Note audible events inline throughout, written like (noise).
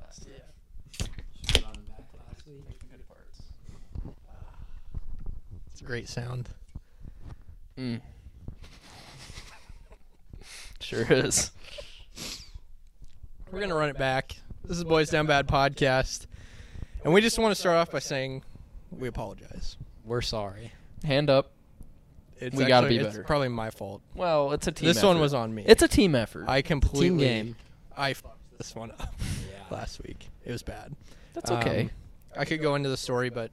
last Yeah. She was on the back last week. There's some good parts. It's a great sound. (laughs) Mm. Sure is. We're gonna run it back. This is Boys Down Bad podcast, and we just want to start off by saying we apologize. We're sorry. Hand up. It's We gotta actually- be it's better. probably my fault. Well, it's a team. this one effort. was on me. It's a team effort. I completely game. I fucked this one up (laughs) Yeah. last week. It was bad. That's okay. Um, I could go into the story, but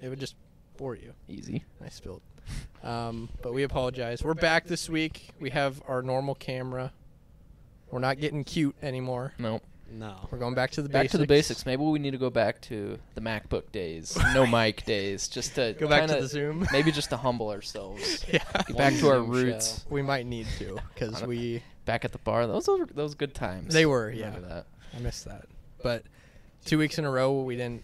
it would just bore you. Easy. I spilled. Um, but we apologize. We're back this week. We have our normal camera. We're not getting cute anymore. No. No. We're going back to the Back basics. to the basics. Maybe we need to go back to the MacBook days, (laughs) no mic days, just to Go back to kinda- the Zoom. Maybe just to humble (laughs) ourselves. yeah. Get back to our Zoom roots. (laughs) We might need to because we. Back at the bar. Those were those good times. They were, Remember yeah. That. I missed that. But two weeks in a row, we didn't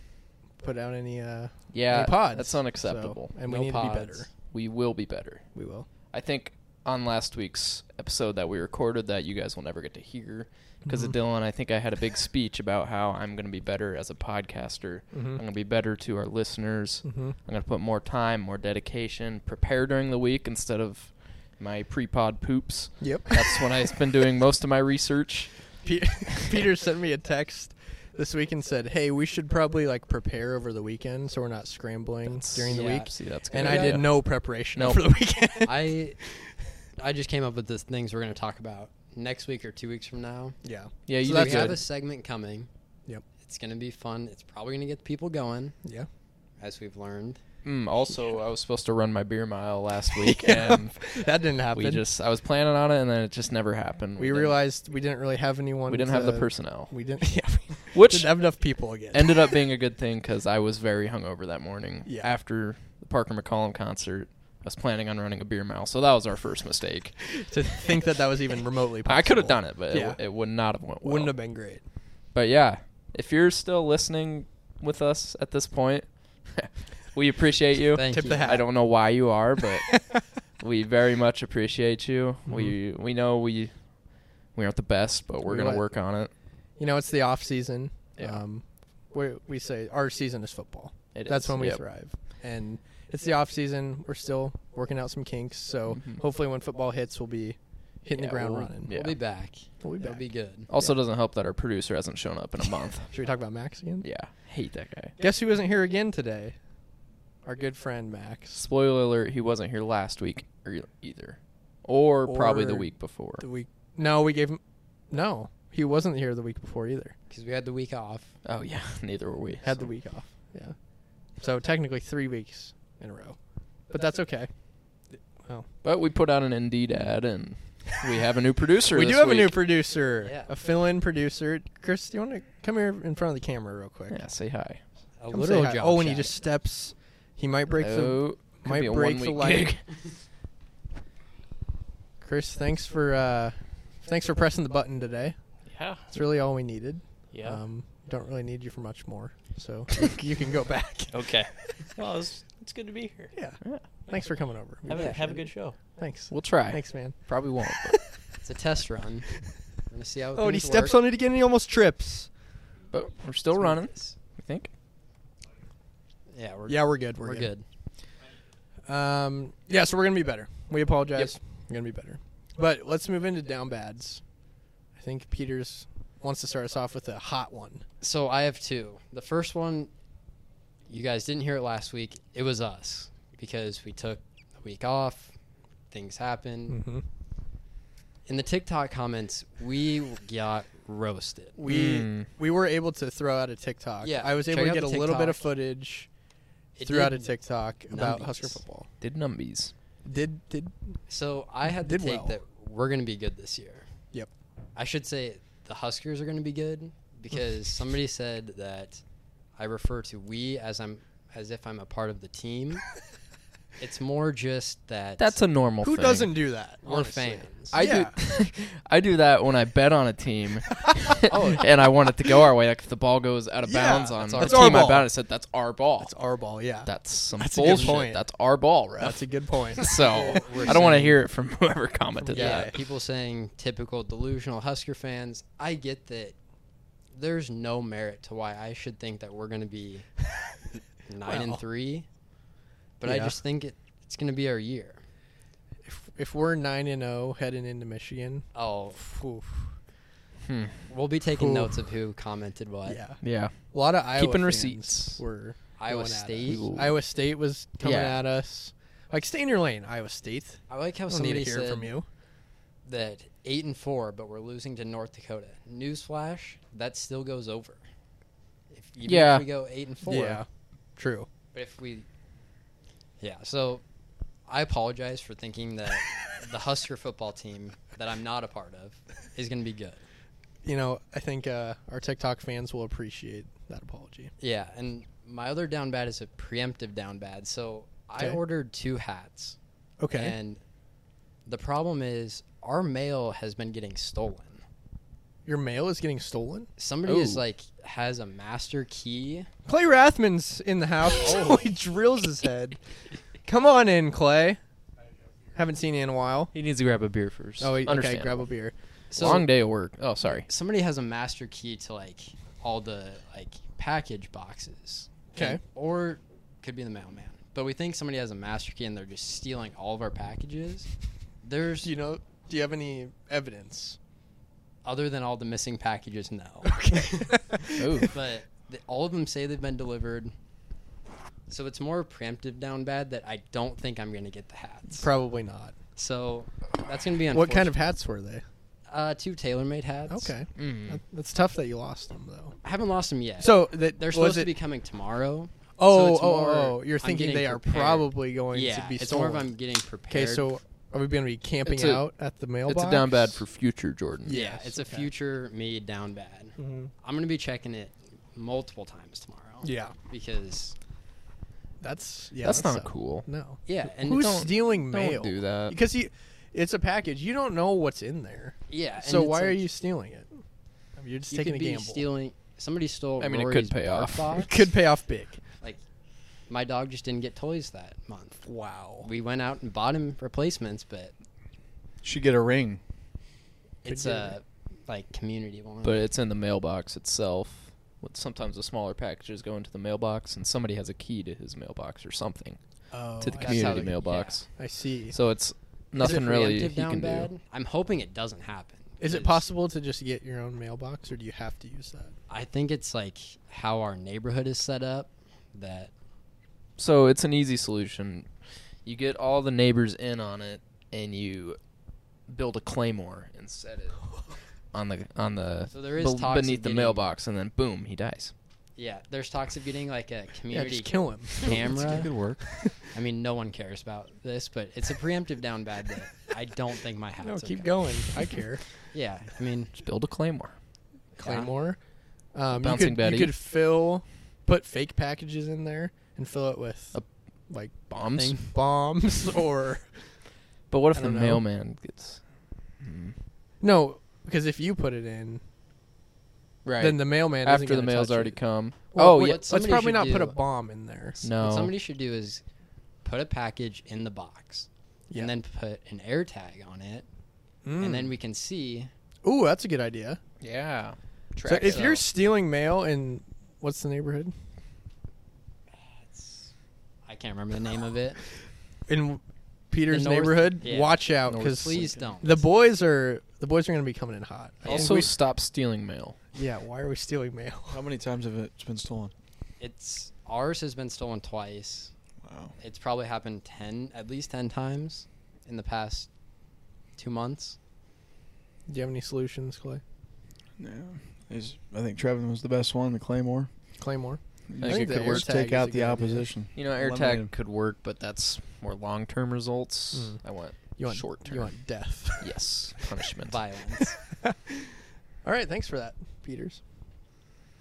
put out any. Uh, Yeah. any pods. That's so- unacceptable. and we No need pods. to be better. We will be better. We will. I think on last week's episode that we recorded that you guys will never get to hear because Mhm. of Dylan, I think I had a big speech about how I'm going to be better as a podcaster. Mhm. I'm going to be better to our listeners. Mhm. I'm going to put more time, more dedication, prepare during the week instead of my pre-pod poops. Yep. That's when I've been doing most of my research. (laughs) Pe- (laughs) Peter sent me a text this week and said, "Hey, we should probably like prepare over the weekend so we're not scrambling That's- during the yeah. week." See, that's good And I idea. did no preparation Nope. for the weekend. I I just came up with the things we're going to talk about next week or two weeks from now. (laughs) yeah. Yeah, you so did we have good. a segment coming. Yep. It's going to be fun. It's probably going to get people going, Yeah. as we've learned. Mm, also, I was supposed to run my beer mile (laughs) last week, Yeah. and that didn't happen. we just—I was planning on it, and then it just never happened. We didn't- realized we didn't really have anyone. we didn't have the to- personnel. We didn't. (laughs) Yeah. We Which- didn't have enough people again. ended (laughs) up being a good thing because I was very hungover that morning. Yeah. After the Parker McCollum concert, I was planning on running a beer mile, so that was our first mistake. to think that that was even remotely. possible. I could have done it, but it yeah. w- it, would not have went well. wouldn't have been great. But yeah, if you're still listening with us at this point, (laughs) we appreciate you. Thank Tip you. the hat. I don't know why you are, but (laughs) we very much appreciate you. Mm-hmm. We we know we we aren't the best, but we're We gonna what? work on it. (laughs) You know, it's the off season. Yeah. Um, we we say our season is football. It That's is, when we yep. thrive, and it's the off season. We're still working out some kinks, so Mhm. hopefully, when football hits, we'll be hitting Yeah, the ground we'll- running. yeah. We'll be back. We'll be It'll back. be good. Also, Yeah. doesn't help that our producer hasn't shown up in a (laughs) month. Should we talk about Max again? yeah, hate that guy. Guess who isn't here again today? Our good friend Max. Spoiler alert: He wasn't here last week or either, or, probably the Or week before. The week. No, we gave him. No, he wasn't here the week before either. Because we had the week off. oh yeah, (laughs) neither were we. Had so. the week off. Yeah. So technically three weeks in a row, but that's okay. Well, but we put out an Indeed ad, and (laughs) we have a new producer. Mm-hmm. we do this have a new week. producer, Yeah. a fill-in producer. Chris, do you want to come here in front of the camera real quick? Yeah, say hi. A Come say literal hi. job. Oh, and he shack. just steps. He might break Oh, the could be might a break the one-week light. gig. (laughs) Chris, thanks for uh, thanks for pressing the button today. Yeah. That's really all we needed. Yeah. Um, don't really need you for much more, so you can go back. Okay. (laughs) well, it's, it's good to be here. (laughs) Yeah. Yeah. Thanks for coming over. We Have, a, have a appreciate good it. show. (laughs) Thanks. We'll try. Thanks, man. Probably won't. It's a test (laughs) run. We're going to see how Oh, and he things steps work. on it again, and he almost trips. But, but we're still Let's make running. this. I think. Yeah, we're, Yeah, we're good. We're, we're good. Um, yeah, so we're gonna be better. We apologize. We're gonna be better. But let's move into down bads. I think Peters wants to start us off with a hot one. So I have two. The first one, you guys didn't hear it last week. It was us because we took a week off. Things happened. Mm-hmm. In the TikTok comments, we got roasted. We Mm. we were able to throw out a TikTok. Yeah, I was able check to out get a the little bit TikTok. of footage It throughout a did- TikTok about numbies. Husker football. Did numbies. Did did So I had the Did take well. that we're going to be good this year. Yep. I should say the Huskers are going to be good (laughs) because somebody said that I refer to we as I'm as if I'm a part of the team. it's more just that That's a normal. who thing. doesn't (laughs) do (laughs) that? we're honestly? fans. I do. (laughs) I do that when I bet on a team, (laughs) Oh. and I want it to go our way. Like if the ball goes out of Yeah, bounds on that's the our- that's our team I ball. bet, on, I said that's our ball. That's our ball. Yeah, That's some That's a good bullshit. point. That's our ball, ref. that's a good (laughs) point. so We're I don't want to saying- hear it from (laughs) whoever commented yeah, that. people saying typical delusional Husker fans. I get that there's no merit to why I should think that we're going (laughs) to be nine Well, and three, but I yeah. just think it, it's going to be our year. If, if we're nine and zero heading into Michigan, Oh, oof, Hmm. we'll be taking Cool. notes of who commented what. yeah, Yeah. a lot of Iowa Keeping fans receipts. were Iowa going at State. us. Iowa State was coming Yeah. at us. Like stay in your lane, Iowa State. I like how Don't need somebody to hear said from you. that eight and four, but we're losing to North Dakota. Newsflash: that still goes over. If, even Yeah. if we go eight and four, Yeah, (laughs) true. But if we, yeah. So, I apologize for thinking (laughs) that the Husker football team that I'm not a part of is going to be good. You know, I think uh, our TikTok fans will appreciate that apology. Yeah, and my other down bad is a preemptive down bad. So I Okay. ordered two hats, Okay. and the problem is our mail has been getting stolen. Your mail is getting stolen. Somebody is Ooh. like has a master key. Clay Rathman's in the house. (laughs) Oh, he drills his head. Come on in, Clay. Haven't seen you in a while. He needs to grab a beer first. Oh, he- okay. Understandable. Grab a beer. So Long day of work. Oh, sorry. somebody has a master key to like all the like package boxes. Okay. And- Or could be the mailman. But we think somebody has a master key and they're just stealing all of our packages. There's Do you know? Do you have any evidence? other than all the missing packages, (laughs) no. (laughs) Okay. Ooh. but the, all of them say they've been delivered. So it's more preemptive down bad that I don't think I'm going to get the hats. (laughs) Probably not. so that's going to be What kind unfortunate. of hats were they? uh, two tailor-made hats? Hmm. Okay. Mm. That- That's tough that you lost them though. I haven't lost them yet. So that they're was supposed it- to be coming tomorrow. so Oh, it's oh, more oh! You're I'm thinking getting they are prepared. probably going yeah, to be it's stolen. more of I'm getting prepared. okay, so are we going to be camping It's a- out at the mailbox? It's a down bad for future Jordan. yeah, yes, it's a okay. future me down bad. Mhm. I'm gonna be checking it multiple times tomorrow. Yeah, because that's yeah. That's that not sucks. cool. No. yeah, and Who's it's- don't- stealing don't mail? do that. Because you, it's a package. You don't know what's in there. yeah. and so it's why are like, you stealing it? I mean, you're just you taking could a be gamble. stealing? Somebody stole. I mean, it could Rory's pay bark off. box. (laughs) It could pay off big. Like, my dog just didn't get toys that month. Wow. We went out and bought him replacements, but Should get a ring. it's do. a like community one. But it's in the mailbox itself. With sometimes the smaller packages go into the mailbox, and somebody has a key to his mailbox or something Oh, to the I that's how community they- see. mailbox. I see. So it's Is it nothing really preemptive he down can bad? do. I'm hoping it doesn't happen. Is it 'cause possible to just get your own mailbox, or do you have to use that? I think it's like how our neighborhood is set up. That So it's an easy solution. You get all the neighbors in on it, and you build a claymore and set it on the on the So there is be- talks of beneath the getting- mailbox, and then boom, he dies. yeah, there's talks of getting like a Yeah, community just kill him. (laughs) camera. (laughs) work. I mean, no one cares about this, but it's a preemptive down bad that I don't think my hat's No, keep okay. going. I (laughs) care. Yeah, I mean, Just build a claymore. Claymore. Um, you Bouncing could, Betty. You could fill, put fake packages in there and fill it with A like Bombs. Thing. bombs (laughs) or But what I if the don't know. mailman gets? Hmm. no, because if you put it in, Right. (laughs) then the mailman isn't after the gonna mail's touch already it. come. Well, oh what- yeah. what's- Let's Somebody probably should not put do- a bomb in there. No. what somebody should do is put a package in the box Yeah. and then put an air tag on it, Mm. and then we can see. ooh, that's a good idea. yeah. So Track if it. you're stealing mail in what's the neighborhood It's, I can't remember the name of it. in Peter's north- neighborhood, yeah. watch out North because Please don't. the boys are the boys are going to be coming in hot. I think also we- stop stealing mail. (laughs) yeah, why are we stealing mail? How many times have it been stolen? it's ours has been stolen twice. Wow. It's probably happened ten, at least ten times, in the past two months. (laughs) Do you have any solutions, Clay? Yeah. I think Trevin was the best one, the Claymore. Claymore. I think it could work. Just take out the opposition. You know, AirTag Eliminate could work, but that's more long-term results. Mm. I want You want short term. You want death. (laughs) yes, punishment. Violence. All right, thanks for that, Peters.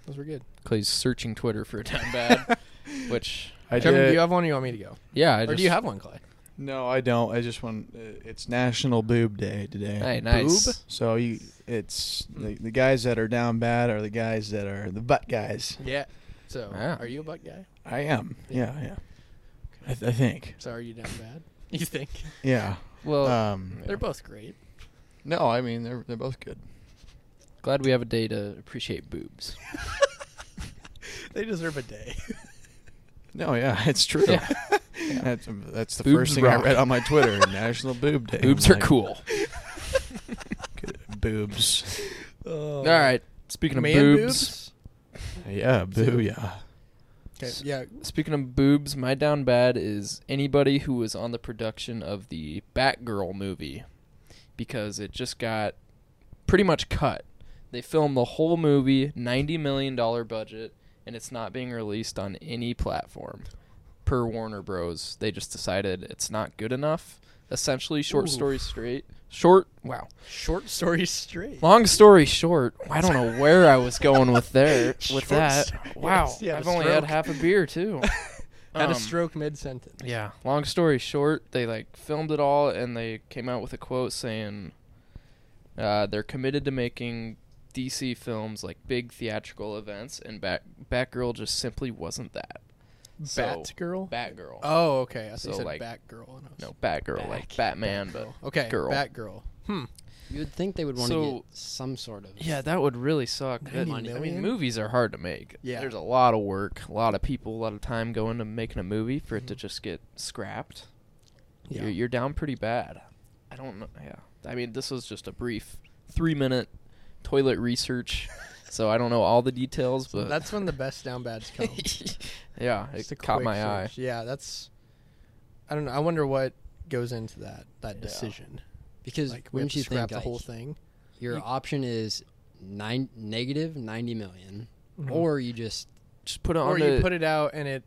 Those were good. Clay's searching Twitter for a down bad, which (laughs) I Trevor, do did- you have one? Or you want me to go, yeah, I or just, do you have one, Clay? No, I don't. I just want. uh, It's National Boob Day today. Hey, nice. Boob? So you, it's Hmm. the, the guys that are down bad are the guys that are the butt guys. Yeah. So, Yeah. are you a butt guy? I am. Yeah, yeah. I, th- I think. So, are you down (laughs) bad? You think Yeah. Well, um. Yeah. (laughs) they're both great? No, I mean they're they're both good. Glad we have a day to appreciate boobs. they deserve a day. No, yeah, (laughs) it's true. Yeah. That's, um, that's the Boobs first thing rock. I read on my Twitter. National Boob Day. boobs I'm are like, cool. Boobs. Oh. All right. Speaking of Man boobs, Yeah, boo, yeah. boobs? 'Kay, Yeah. speaking of boobs, my down bad is anybody who was on the production of the Batgirl movie because it just got pretty much cut. They filmed the whole movie, ninety million dollar budget, and it's not being released on any platform. Per Warner Bros, they just decided it's not good enough. Essentially, short Oof. story straight. Short. Wow. Short story straight. Long story short, I don't know where I was going with (laughs) there Short with that. story. Wow, Yes, you had I've a only had stroke. half a beer too. (laughs) Had Um, a stroke mid sentence. yeah. Long story short, they like filmed it all and they came out with a quote saying uh, they're committed to making DC films like big theatrical events, and Bat Batgirl just simply wasn't that. So- Batgirl? Batgirl. oh, okay. I thought you So, said like- Batgirl. And I was no, Batgirl, like Batman, but Okay, girl. Batgirl. Hmm. You would think they would want to So- get some sort of. (laughs) Yeah, that would really suck. That, 90 I mean, million? movies are hard to make. Yeah. there's a lot of work, a lot of people, a lot of time going to making a movie for it to just get scrapped. Mm-hmm. Yeah. You're, you're down pretty bad. I don't know. Yeah, I mean, this was just a brief three-minute toilet (laughs) research, so I don't know all the details, but That's when the best (laughs) down bads come. (laughs) yeah, Just it a caught quick my eye. search. Yeah, that's. I don't know. I wonder what goes into that that Yeah. decision. Because Like, we have wouldn't to you scrap think the like, whole thing. your You- option is nine negative ninety million, Mhm. or you just Just put it Or on. you the- put it out and it.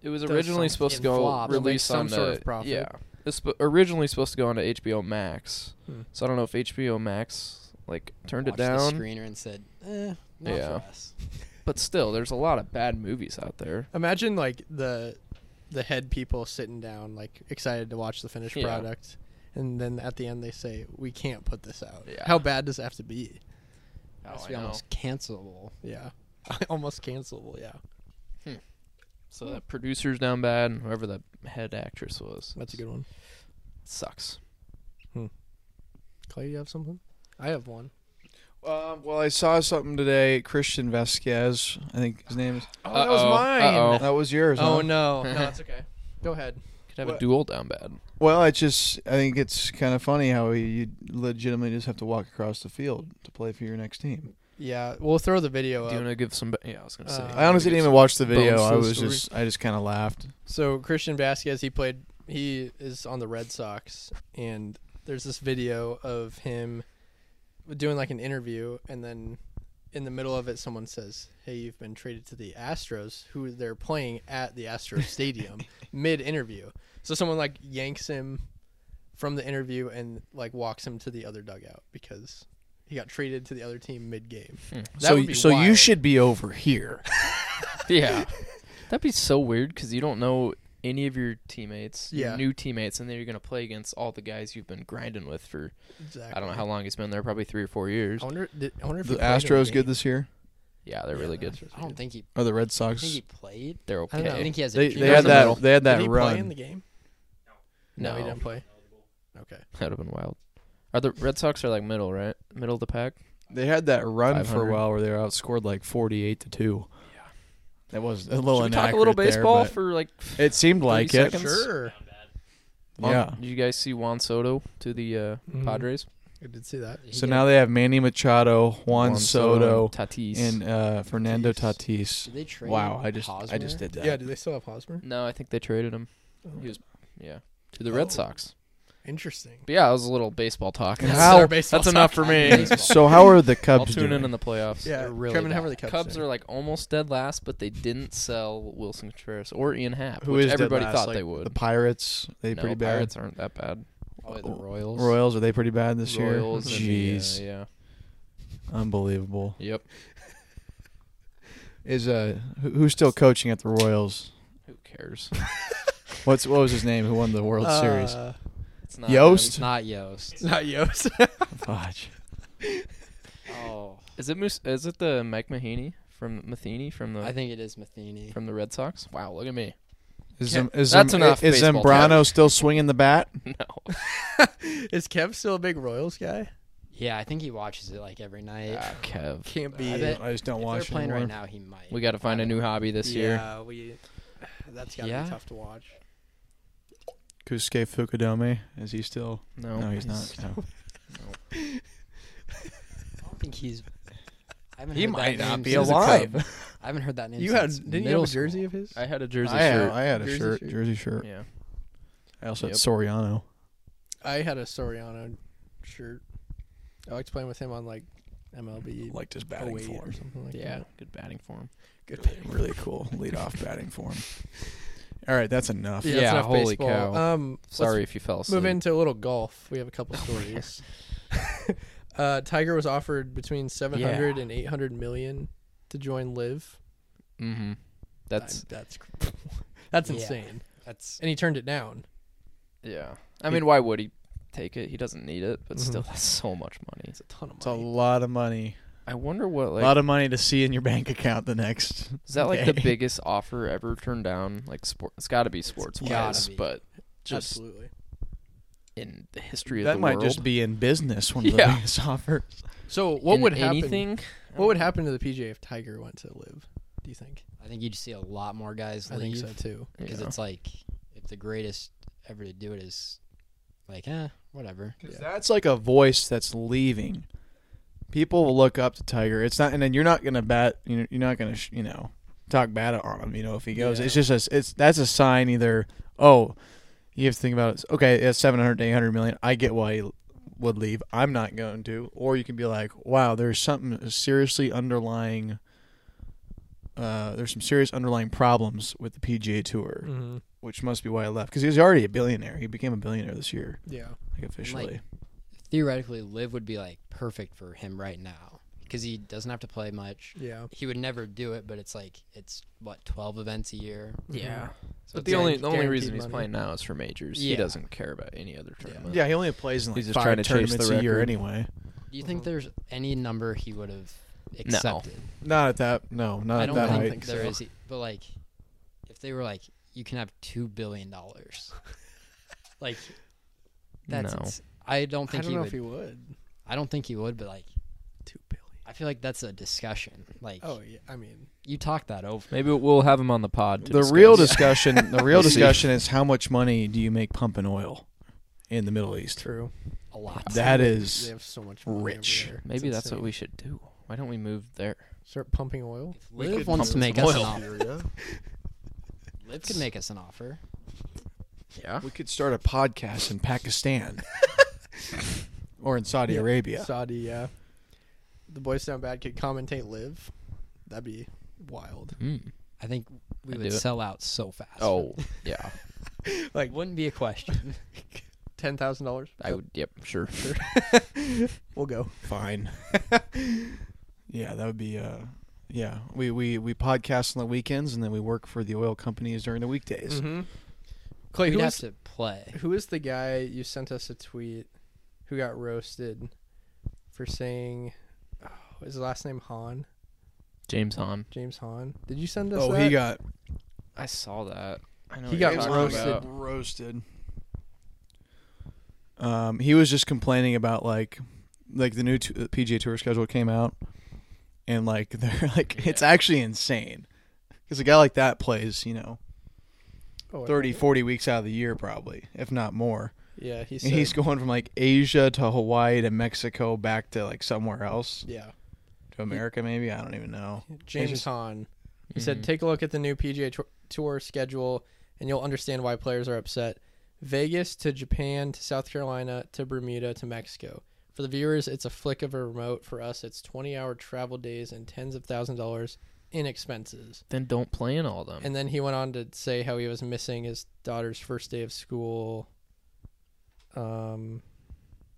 It was does originally something. supposed to It go flops. It'll make release some on sort the- of profit. Yeah, it's sp- originally supposed to go onto HBO Max. Hmm. So I don't know if HBO Max like turned it watched the down, screener and said, "Eh, not Yeah. (laughs) for us." but still, there's a lot of bad movies out there. Imagine like the, the head people sitting down, like excited to watch the finished Yeah. product, and then at the end they say, "We can't put this out." Yeah. How bad does it have to be? Oh, That's I be know. almost cancelable. Yeah. (laughs) Almost cancelable. Yeah. So the producer's down bad, and whoever the head actress was. That's a good one. Sucks. Clay, you have something? Oh, I have one. Um, well, I saw something today. Christian Vasquez, I think his name is. Oh, that was Uh-oh. mine. Uh-oh. That was yours. Oh huh? no, (laughs) no, that's okay. Go ahead. Could have a What? dual down bad. Well, it's just I think it's kind of funny how you legitimately just have to walk across the field to play for your next team. Yeah, we'll throw the video Do you up. want to give some? ba- Yeah, I was gonna say. Uh, I honestly didn't even watch the video. bones to I the was story. just I just kind of laughed. So Christian Vasquez, he played. He is on the Red Sox, and there's this video of him doing like an interview, and then in the middle of it, someone says, "Hey, you've been traded to the Astros, who they're playing at the (laughs) Astros stadium mid-interview." So someone like yanks him from the interview and like walks him to the other dugout because he got traded to the other team mid-game. Hmm. That so would be so you wild. should be over here. yeah, that'd be so weird because you don't know any of your teammates, your Yeah. new teammates, and then you're gonna play against all the guys you've been grinding with for Exactly. I don't know how long he's been there, probably three or four years. I wonder. Did, I wonder if The he played in Astros game. good this year, Yeah, they're Yeah, really the good. Astros I are don't good. think he. or the Red I think Sox? he played. They're I don't know. (laughs) I okay. think he has. A They G- they He was had in the middle. that they had that Did he play in run. the game? No, he didn't play. Okay. that would have been wild. Are the Red Sox are like middle, right? Middle of the pack. They had that run for 500. a while where they were outscored like forty eight to two. Yeah. That was a little Should we talk a little inaccurate there, baseball but for like? it seemed like it. seconds? Sure. Juan- Yeah. Did you guys see Juan Soto to the uh, Mhm. Padres? I did see that. he So get- now they have Manny Machado, Juan, Soto, and Tatis. and uh, Fernando Tatis. did they trade Wow, I just I Hosmer? just did that. Yeah, do they still have Hosmer? no, I think they traded him. He was yeah to the Oh. Red Sox. Interesting. But yeah, it was a little baseball talk. And That's, how- that's enough for me. Baseball. So how are the I'll Cubs tune doing? in in the playoffs. Yeah, They're really Kevin, how bad. are the Cubs Cubs doing? are like almost dead last, but they didn't sell Wilson Contreras or Ian Happ, Who which is dead everybody last? thought Like, they The would. Pirates, they no, pretty bad. Pirates aren't that bad. Oh, Probably the Royals. Royals, are they pretty bad this Royals and the, year? uh, Jeez, yeah. unbelievable. Yep. Is uh, who, who's still coaching at the Royals? Who cares? What's what was his name? Who won the World Series? Uh, It's not Yost? It's not Yost. (laughs) Not Yost. Fudge. Oh, Is it Moose? Is it the Mike Mahaney from Matheny from the I think it is Matheny. from the Red Sox? Wow, look at me. (laughs) Is, Can't- Zem- is, that's Zem- enough is baseball Zambrano still swinging the bat? no. Is Kev still a big Royals guy? Yeah, I think he watches it like every night. Ah, Kev. Can't be. I bet I just don't if watch they're playing anymore. right now, he might. We got to find a new hobby this year. Yeah, we. That's gotta Yeah. be tough to watch. Kusuke Fukudome is he still? No, No, he's not. (laughs) No. I don't think he's. I haven't He heard that might not name be since- alive. I haven't heard that name. You had since didn't you middle have a jersey school. of his? I had (laughs) a jersey I, shirt. Had, I had a Jersey shirt, shirt. jersey shirt. yeah. I also Yep. had Soriano. I had a Soriano shirt. I liked playing with him on like MLB Liked his 08 or something like Yeah. that. Good batting form. Good really cool leadoff batting form. All right, that's enough. Yeah, that's enough holy baseball. cow. Um, let's Sorry if you fell asleep. move into a little golf. We have a (laughs) couple stories. (laughs) uh, Tiger was offered between 700 and 800 million to join Live. Mm-hmm. That's that's cr- (laughs) that's Yeah. insane. That's And he turned it down. yeah. I mean, why would he take it? He doesn't need it, but Mhm. still, that's so much money. It's a ton of It's a money. lot of money. I wonder what a like lot of money to see in your bank account the next. is that like the day. biggest offer ever turned down? Like sport, it's got to be sports wise, gotta be. but just Absolutely. in the history of That the might world. just be in business one of the Yeah. (laughs) biggest offers. So what in would happen? anything? What would happen to the PGA if Tiger went to Live? Do you think? I think you'd see a lot more guys I leave think so too. because it's like if the greatest ever to do it is like eh whatever. Yeah. That's like a voice that's leaving. People will look up to Tiger. It's not, and then you're not gonna bat. You know, you're not gonna, sh- you know, talk bad on him. You know, if he goes, Yeah. it's just a, it's that's a sign either. Oh, you have to think about it. Okay, it's seven hundred to eight hundred million. I get why he would leave. I'm not going to. Or you can be like, wow, there's something seriously underlying. Uh, there's some serious underlying problems with the PGA Tour, Mm-hmm. which must be why I left. Because he was already a billionaire. He became a billionaire this year, Yeah. like officially. Theoretically, live would be like perfect for him right now because he doesn't have to play much. Yeah. He would never do it, but it's like it's what twelve events a year. Mm-hmm. Yeah. So But it's the like- only the only guaranteed reason he's money. playing now is for majors. He Yeah. doesn't care about any other tournament. Yeah, he only plays in like He's just five trying to chase tournaments the a year record. anyway. do you think Mhm. there's any number he would have accepted? Not at that. No, Uh, not I at don't that think, height. think there so. is, e- but like, if they were like, you can have two (laughs) billion dollars, like, that's. No. ins- I don't I think don't he know would. if he would. I don't think he would, but like, Two billion. I feel like that's a discussion. Like, Oh yeah. I mean, you talk that over. Maybe we'll have him on the pod. To The real discuss. discussion. (laughs) The real We'll see. discussion is how much money do you make pumping oil in the Middle East? true. a lot. That They is have so much money over rich. there. It's Maybe that's what insane. we should do. Why don't we move there? start pumping oil. If We Liv could wants pump to some make us an oil. offer, Liv could make us an offer. Yeah. (laughs) we could start a podcast (laughs) in Pakistan or in Saudi Yeah. Arabia. Saudi. Yeah. uh, The boys sound bad. Could commentate live. That'd be wild. Mm. I think we I'd would do it. sell out so fast. Oh, yeah. like wouldn't be a (laughs) question. Ten thousand dollars. I would. Yep. Sure. Sure. We'll go. (laughs) Fine. yeah, that would be. Uh, yeah, we, we we podcast on the weekends and then we work for the oil companies during the weekdays. Mm-hmm. Clay, We'd who have is to play. who is the guy you sent us a tweet who got roasted for saying oh, is his last name Han? James Hahn. James Han. Did you send us? Oh, that? he got I saw that. I know He what got you're talking roasted. about. Roasted. Um, he was just complaining about like, like the new t- uh, PGA Tour schedule came out, and like (laughs) they're like it's actually insane, because a guy like that plays you know Oh, I- 30, 40 weeks out of the year probably, if not more. Yeah, he said, And he's going from like Asia to Hawaii to Mexico back to like somewhere else yeah. to America maybe I don't even know. James just- Hahn. He said, Mhm. "Take a look at the new PGA Tour- Tour schedule, and you'll understand why players are upset. Vegas to Japan to South Carolina to Bermuda to Mexico. For the viewers, it's a flick of a remote. For us, it's 20-hour travel days and tens of thousands of dollars in expenses." Then don't play in all of them. And then he went on to say how he was missing his daughter's first day of school, um,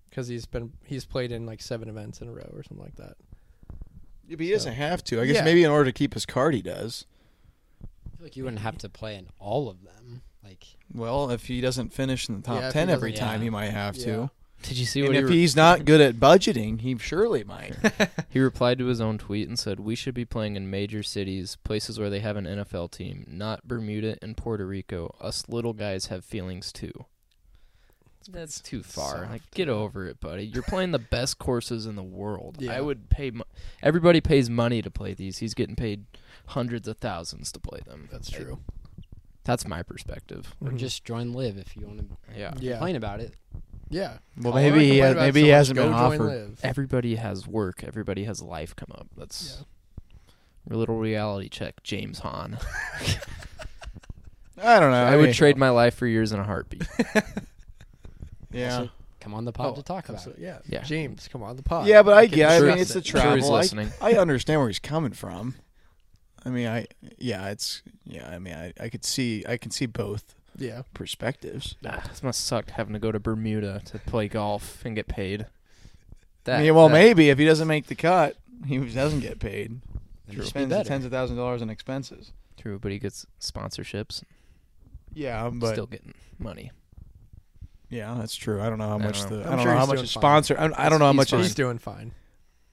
because he's been he's played in like seven events in a row or something like that. Yeah, but he So- doesn't have to. I guess Yeah. maybe in order to keep his card, he does. I feel like you wouldn't have to play in all of them. Like Well, if he doesn't finish in the top Yeah, if he ten every doesn't- time, yeah. he might have Yeah. to. Did you see And what he, if re- he's not good at budgeting, he surely might. he replied to his own tweet and said, "We should be playing in major cities, places where they have an NFL team, not Bermuda and Puerto Rico. Us little guys have feelings too." It's That's too far. soft, like, get over it, buddy. You're playing the best courses in the world. Yeah. I would pay. Mo- Everybody pays money to play these. He's getting paid hundreds of thousands to play them. That's Like, true. that's my perspective. Or Mhm. just join Live if you want to Yeah. Yeah. complain about it. yeah. Well, All I maybe he complain has, about maybe he someone, hasn't go been join offered. Live. Everybody has work. Everybody has life come up. That's a little reality check, James Hahn. (laughs) I don't know. I, mean, would trade my life for years in a heartbeat. Yeah. Also, come on the pod to talk about it. Oh, absolutely, Yeah. Yeah. James, come on the pod. Yeah, but I can get. I mean, discuss it's it. the Sure he's travel. I, listening. I understand where he's coming from. I mean, I yeah, it's yeah. I mean, I, I could see I can see both Yeah. perspectives. Ah, this must suck having to go to Bermuda to play golf and get paid. I mean, well, that- maybe if he doesn't make the cut, he doesn't get paid. Then He just be spends better. tens of thousands of dollars on expenses. True, but he gets sponsorships. Yeah, but still getting money. yeah, that's true. I don't know how I much don't know. the I'm I don't sure know how he's much doing a sponsor. I, I don't know how He's much. fine. a- He's doing fine.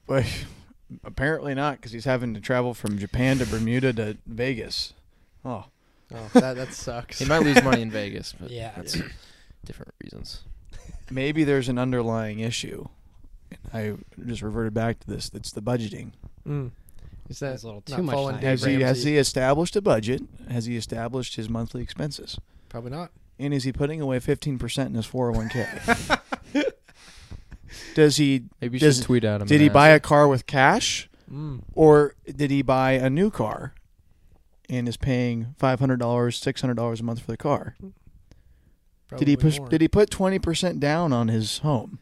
Well, (laughs) apparently not, because he's having to travel from Japan to Bermuda to Vegas. Oh, (laughs) Oh, that that sucks. He might lose money in Vegas, but Yeah. that's different reasons. maybe there's an underlying issue. I just reverted back to this. It's the budgeting. Mm. Is that It's a little not too much following time. Dave Has he, has Ramsey? he established a budget? Has he established his monthly expenses? Probably not. And is he putting away 15% in (laughs) his 401k? Does he Maybe you Does- should tweet at him. did he buy a car with cash Mm. or did he buy a new car and is paying $500, $600 a month for the car? Did Probably he push, more. did he put 20% down on his home?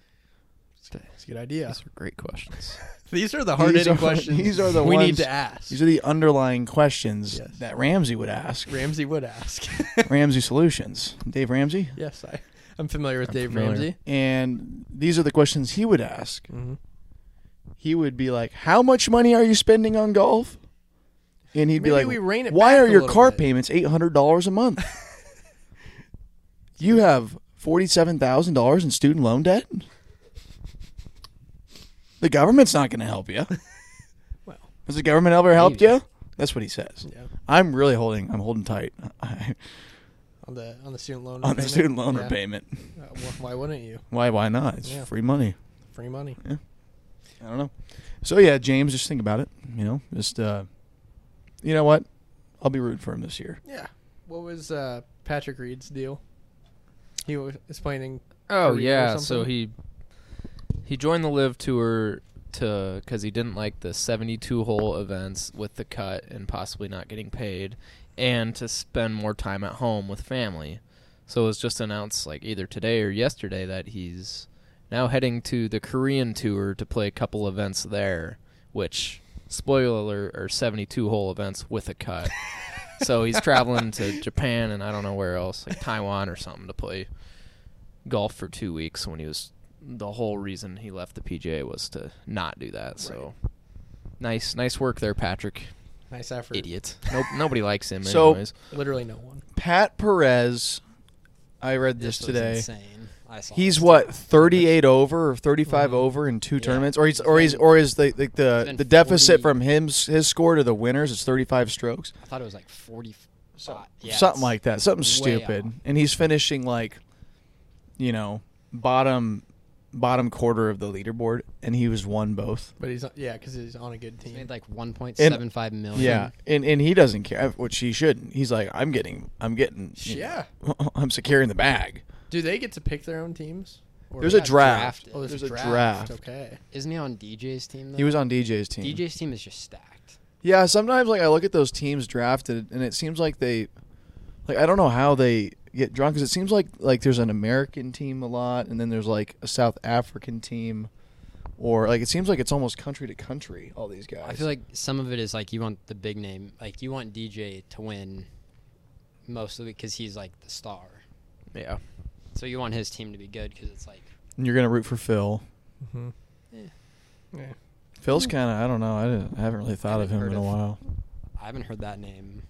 That's a good idea. These are great questions. These are (laughs) the These hard hitting are- questions. these are the we ones- need to ask. These are the underlying questions Yes. that Ramsey would ask. Ramsey would (laughs) ask. Ramsey Solutions, Dave Ramsey. yes, I, I'm familiar with I'm Dave familiar. Ramsey. And these are the questions he would ask. Mm-hmm. He would be like, "How much money are you spending on golf?" And he'd be Maybe like, we rein it "Why back are a your little car bit." payments eight hundred dollars (laughs) a month? you have forty-seven thousand dollars in student loan debt. The government's not going to help you. (laughs) Well. has the government ever helped Maybe. you?" That's what he says. Yeah, I'm really holding. I'm holding tight (laughs) I, on the on the student loan on the repayment. student loan Yeah. repayment. Uh, wh- why wouldn't you? Why? Why not? It's Yeah. free money. Free money. I don't know. So yeah, James, just think about it. You know, just uh, you know what? I'll be rooting for him this year. Yeah. What was uh, Patrick Reed's deal? He was explaining. Oh Korea or yeah, so something? he he joined the live tour to because he didn't like the 72 hole events with the cut and possibly not getting paid, and to spend more time at home with family. So it was just announced like either today or yesterday that he's now heading to the Korean tour to play a couple events there, which spoiler alert are 72 hole events with a (laughs) cut. so he's traveling to Japan and I don't know where else, like Taiwan or something, to play golf for two weeks when he was the whole reason he left the PGA was to not do that. So nice, nice work there, Patrick. Nice effort. Idiot. Nope, nobody likes him. (laughs) So- anyways. Literally no one. Pat Perez, I read this, This was today. insane. I saw He's this what today. thirty-eight over or thirty-five Mhm. over in Mm-hmm. two Yeah. tournaments, or he's or he's or is the the the, been the 40. deficit from him his score to the winners is thirty-five strokes, I thought it was like 40. yeah, it's- something like that, something way stupid, off. and he's finishing like, you know, bottom bottom quarter of the leaderboard, and he was won both. But he's on, yeah, because he's on a good He's team. made like 1.75 million. Yeah, and and he doesn't care, uh, which he shouldn't. He's like, I'm getting, I'm getting, you Yeah. know, (laughs) I'm securing the bag. Do they get to pick their own teams? Or There's a got draft. drafted. Oh, there's, a draft. Okay. Isn't he on DJ's team? Though? He was on DJ's team. DJ's team is just stacked. Yeah, sometimes like I look at those teams drafted, and it seems like they, like I don't know how they get drawn because it seems like like there's an American team a lot, and then there's like a South African team, or like it seems like it's almost country to country. All these guys. I feel like some of it is like you want the big name, like you want DJ to win mostly because he's like the star. Yeah. So you want his team to be good because it's like eh, and you're gonna root for Phil. Mm-hmm. Yeah. Yeah. Phil's kind of I don't know. I, didn't, I haven't really thought of Haven't him heard in a of- while. I haven't heard that name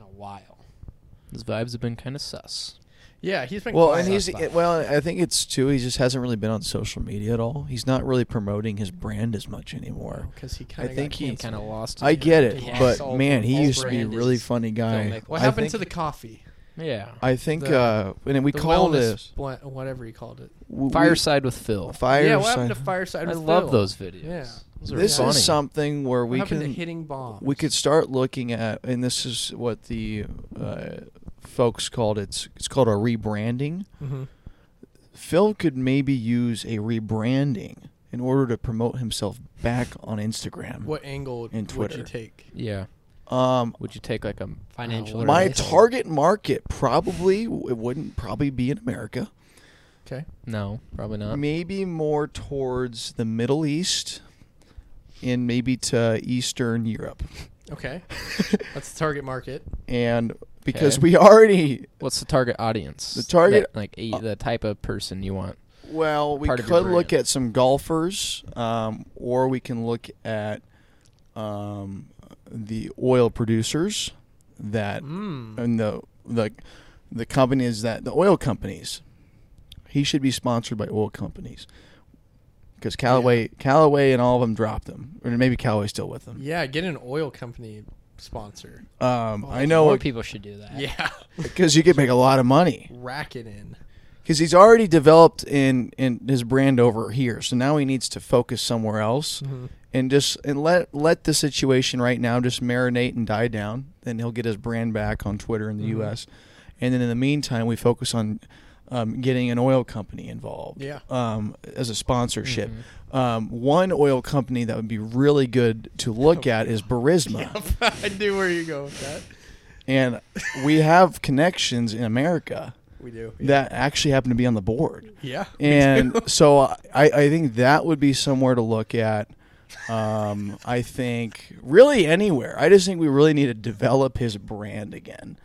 in a while. His vibes have been kind of sus. Yeah, he's been Well, quiet. and he's Suspect. well. I think it's too. He just hasn't really been on social media at all. He's not really promoting his brand as much anymore. because he I kind of think he He kind of lost. I get it, Yeah. but All- man, he all used to be a brand really is funny guy. filmmaking. What I happened think- to the coffee? Yeah. I think, The- uh, and we The call wellness this bl- whatever he called it. w- we- Fireside with Phil. Fireside. Yeah, what happened to Fireside? I with love Phil? those videos. Yeah. Those are this funny. is something where What we happened to can hitting bombs? we could start looking at, and this is what the uh, folks called it's it's called a rebranding. hmm Phil could maybe use a rebranding in order to promote himself back on Instagram. What angle And would Twitter. you take? Yeah. Um, Would you take like a Financial uh, what are my they? tar- target market probably it wouldn't probably be in America. Okay. No, probably not. Maybe more towards the Middle East, and maybe to (laughs) Eastern Europe. Okay. That's the target (laughs) market. and because Okay. we already What's the target audience? The target- That, like a, uh, the type of person you want. well we Part of your could look brand. at some golfers um, or we can look at um, the oil producers that Mm. and the the the companies that the oil companies he should be sponsored by oil companies because Callaway Callaway and all of them dropped them or maybe Callaway's still with them Yeah, get an oil company sponsor. um, Oh, I More know people should do that. Yeah. (laughs) because you could make a lot of money Rack it in. because he's already developed in in his brand over here so now he needs to focus somewhere else Mm-hmm. and just and let let the situation right now just marinate and die down then he'll get his brand back on twitter in the Mhm. us and then in the meantime we focus on um, getting an oil company involved Yeah. um, as a sponsorship um, one oil company that would be really good to look at is barisma (laughs) I knew where you go with that. and we have connections in america We do. that actually happen to be on the board Yeah. and so I, I think that would be somewhere to look at. Um, I think really anywhere. I just think we really need to develop his brand again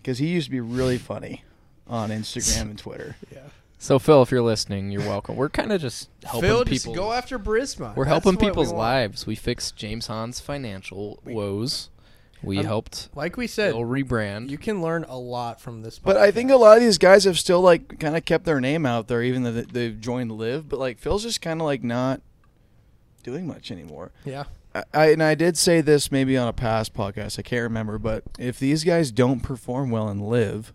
because he used to be really funny on Instagram and Twitter. Yeah. So Phil, if you're listening, you're welcome. We're kind of just helping Phil, people. just go after Brisma. We're That's helping what we people's want. lives. We fixed James Hahn's financial woes. We I'm- helped Like we said, Phil rebrand. you can learn a lot from this. But I think a podcast. lot of these guys have still like kind of kept their name out there, even though they- they've joined Live. But like Phil's just kind of like not doing much anymore. Yeah. I, I and I did say this maybe on a past podcast. I can't remember, but if these guys don't perform well in Live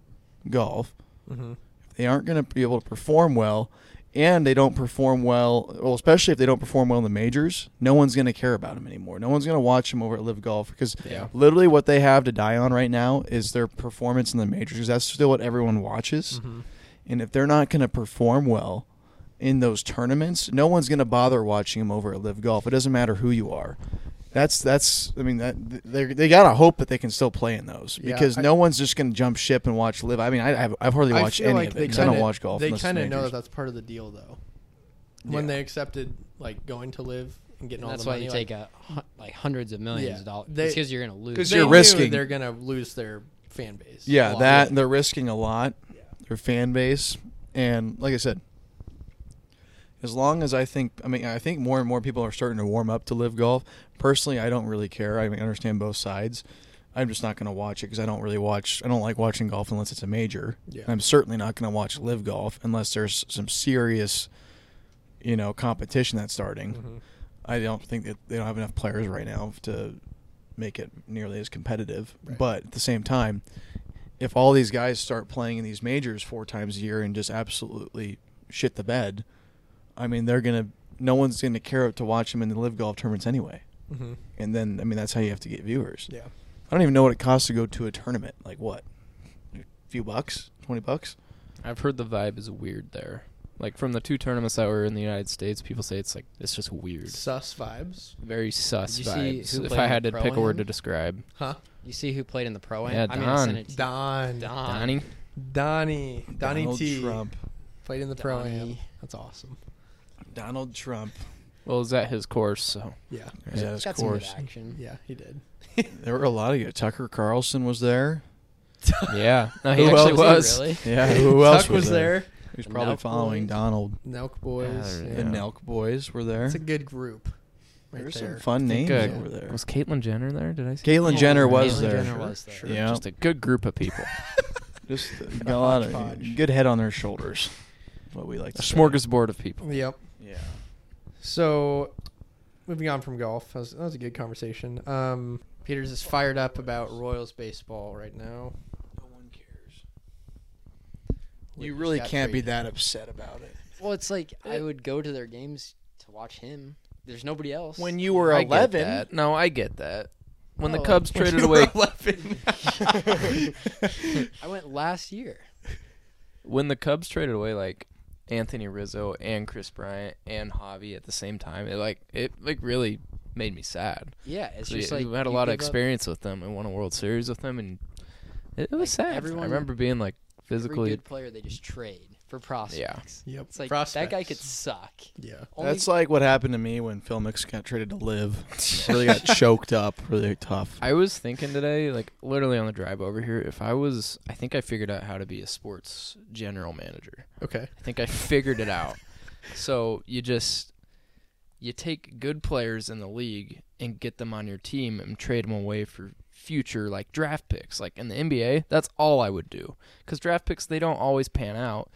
golf, hmm they aren't going to be able to perform well and they don't perform well, well especially if they don't perform well in the majors no one's going to care about them anymore no one's going to watch them over at live golf because Yeah. literally what they have to die on right now is their performance in the majors 'cause that's still what everyone Mm-hmm. watches and if they're not going to perform well in those tournaments no one's going to bother watching them over at live golf it doesn't matter who you are that's that's I mean that they they gotta hope that they can still play in those Yeah, because I- no one's just gonna jump ship and watch live. I mean I I've, I've hardly I watched feel any like of they it. 'cause I don't kinda- watch golf. They unless it's kind of know that majors. that's part of the deal, though. When Yeah. they accepted like going to live and getting And all that's the why money, you like, take a, hun- like hundreds of millions Yeah. of dollars. They- It's because you're gonna lose. 'Cause they you're knew risking- they're gonna lose their fan base. a Yeah, lot. that they're risking a lot, their fan base, and like I said, as long as I think, I mean, I think more and more people are starting to warm up to live golf. Personally, I don't really care. I mean, I understand both sides. I'm just not going to watch it because I don't really watch. I don't like watching golf unless it's a major. Yeah. And I'm certainly not going to watch live golf unless there's some serious, you know, competition that's starting. Mm-hmm. I don't think that they don't have enough players right now to make it nearly as competitive. Right. But at the same time, if all these guys start playing in these majors four times a year and just absolutely shit the bed, I mean, they're gonna no one's gonna care to watch them in the live golf tournaments anyway. Mhm. And then I mean, that's how you have to get viewers. Yeah. I don't even know what it costs to go to a tournament. Like what? A few bucks? Twenty bucks? I've heard the vibe is weird there. Like from the two tournaments that were in the United States, people say it's like it's just weird. Sus vibes, Very sus Did you see vibes. who If played I in had the to pick a word Pro-Am? to describe, huh? You see who played in the pro am? Yeah, I mean, I sent Don. it to you. Don, Don. Donnie. Donnie, Donnie Donald T. Trump. played in the pro am. Donnie. That's awesome. Donald Trump. Well, is that his course? So Yeah, Is that his Got some good course? action. yeah, he did. (laughs) There were a lot of good. Tucker Carlson was there. yeah, no, he Who actually else? was. Really? Yeah, who else Tuck was there? Who's The probably Nelk following boys. Donald. Nelk boys. Yeah, yeah. The Nelk boys were there. It's a good group. Right There's there. some fun I think, names uh, over there. Was Caitlyn Jenner there? Did I see? Caitlyn Oh, Jenner was Caitlyn there. Jenner was there. Yeah, Just a good group of people. (laughs) (laughs) just got a lot of hodgepodge. good head on their shoulders. What we like a to say. smorgasbord of people. Yep. Yeah. So, moving on from golf, that was, that was a good conversation. Um, Peters is fired up about Royals baseball right now. (laughs) No one cares. You Which really got can't be traded. that upset about it. Well, it's like I would go to their games to watch him. There's nobody else. When you were I get 11, (laughs) that. No, I get that. When Oh, the Cubs when traded you were away, 11. I went last year. when the Cubs traded away like Anthony Rizzo and Chris Bryant and Javi at the same time, it like it like really made me sad. Yeah, it's So you, just like you had a you lot of give up- experience with them and won a World Series with them, and it, it was Like, sad. everyone- I remember being like Every physically, good player they just trade for prospects. Yep. It's like that Prospects. guy could suck. Yeah. Only- (laughs) That's like what happened to me when Phil Mix got traded to (laughs) Live. really got choked up, really tough. I was thinking today, like literally on the drive over here, if I was, I think I figured out how to be a sports general manager. Okay. I think I figured it out. So you just you take good players in the league and get them on your team and trade them away for future like draft picks. Like in the NBA, that's all I would do because draft picks they don't always pan out.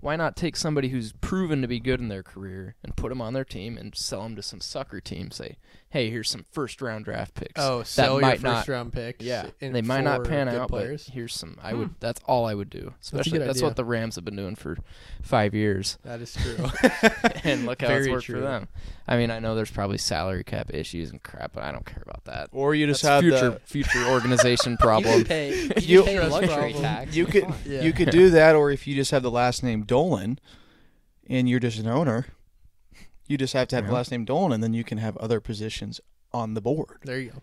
Why not take somebody who's proven to be good in their career and put them on their team and sell them to some sucker team? Say, hey, here's some first round draft picks. Oh, sell your might first not- round picks. Yeah, and they might not for pan good out, Players. Hmm. but here's some. I would. That's all I would do. a Especially good that's idea. what the Rams have been doing for five years that is true. (laughs) and look how it's Very worked for true. them. I mean, I know there's probably salary cap issues and crap, but I don't care about that. Or you just That's have future the- future organization (laughs) You can (laughs) problem. pay, (laughs) you can You- pay Trust luxury problem. tax. you and could fine. (laughs) Yeah. you could (laughs) do that, or if you just have the last name Dolan, and you're just an owner, you just have to have the Yeah. last name Dolan, and then you can have other positions on the board. there you go.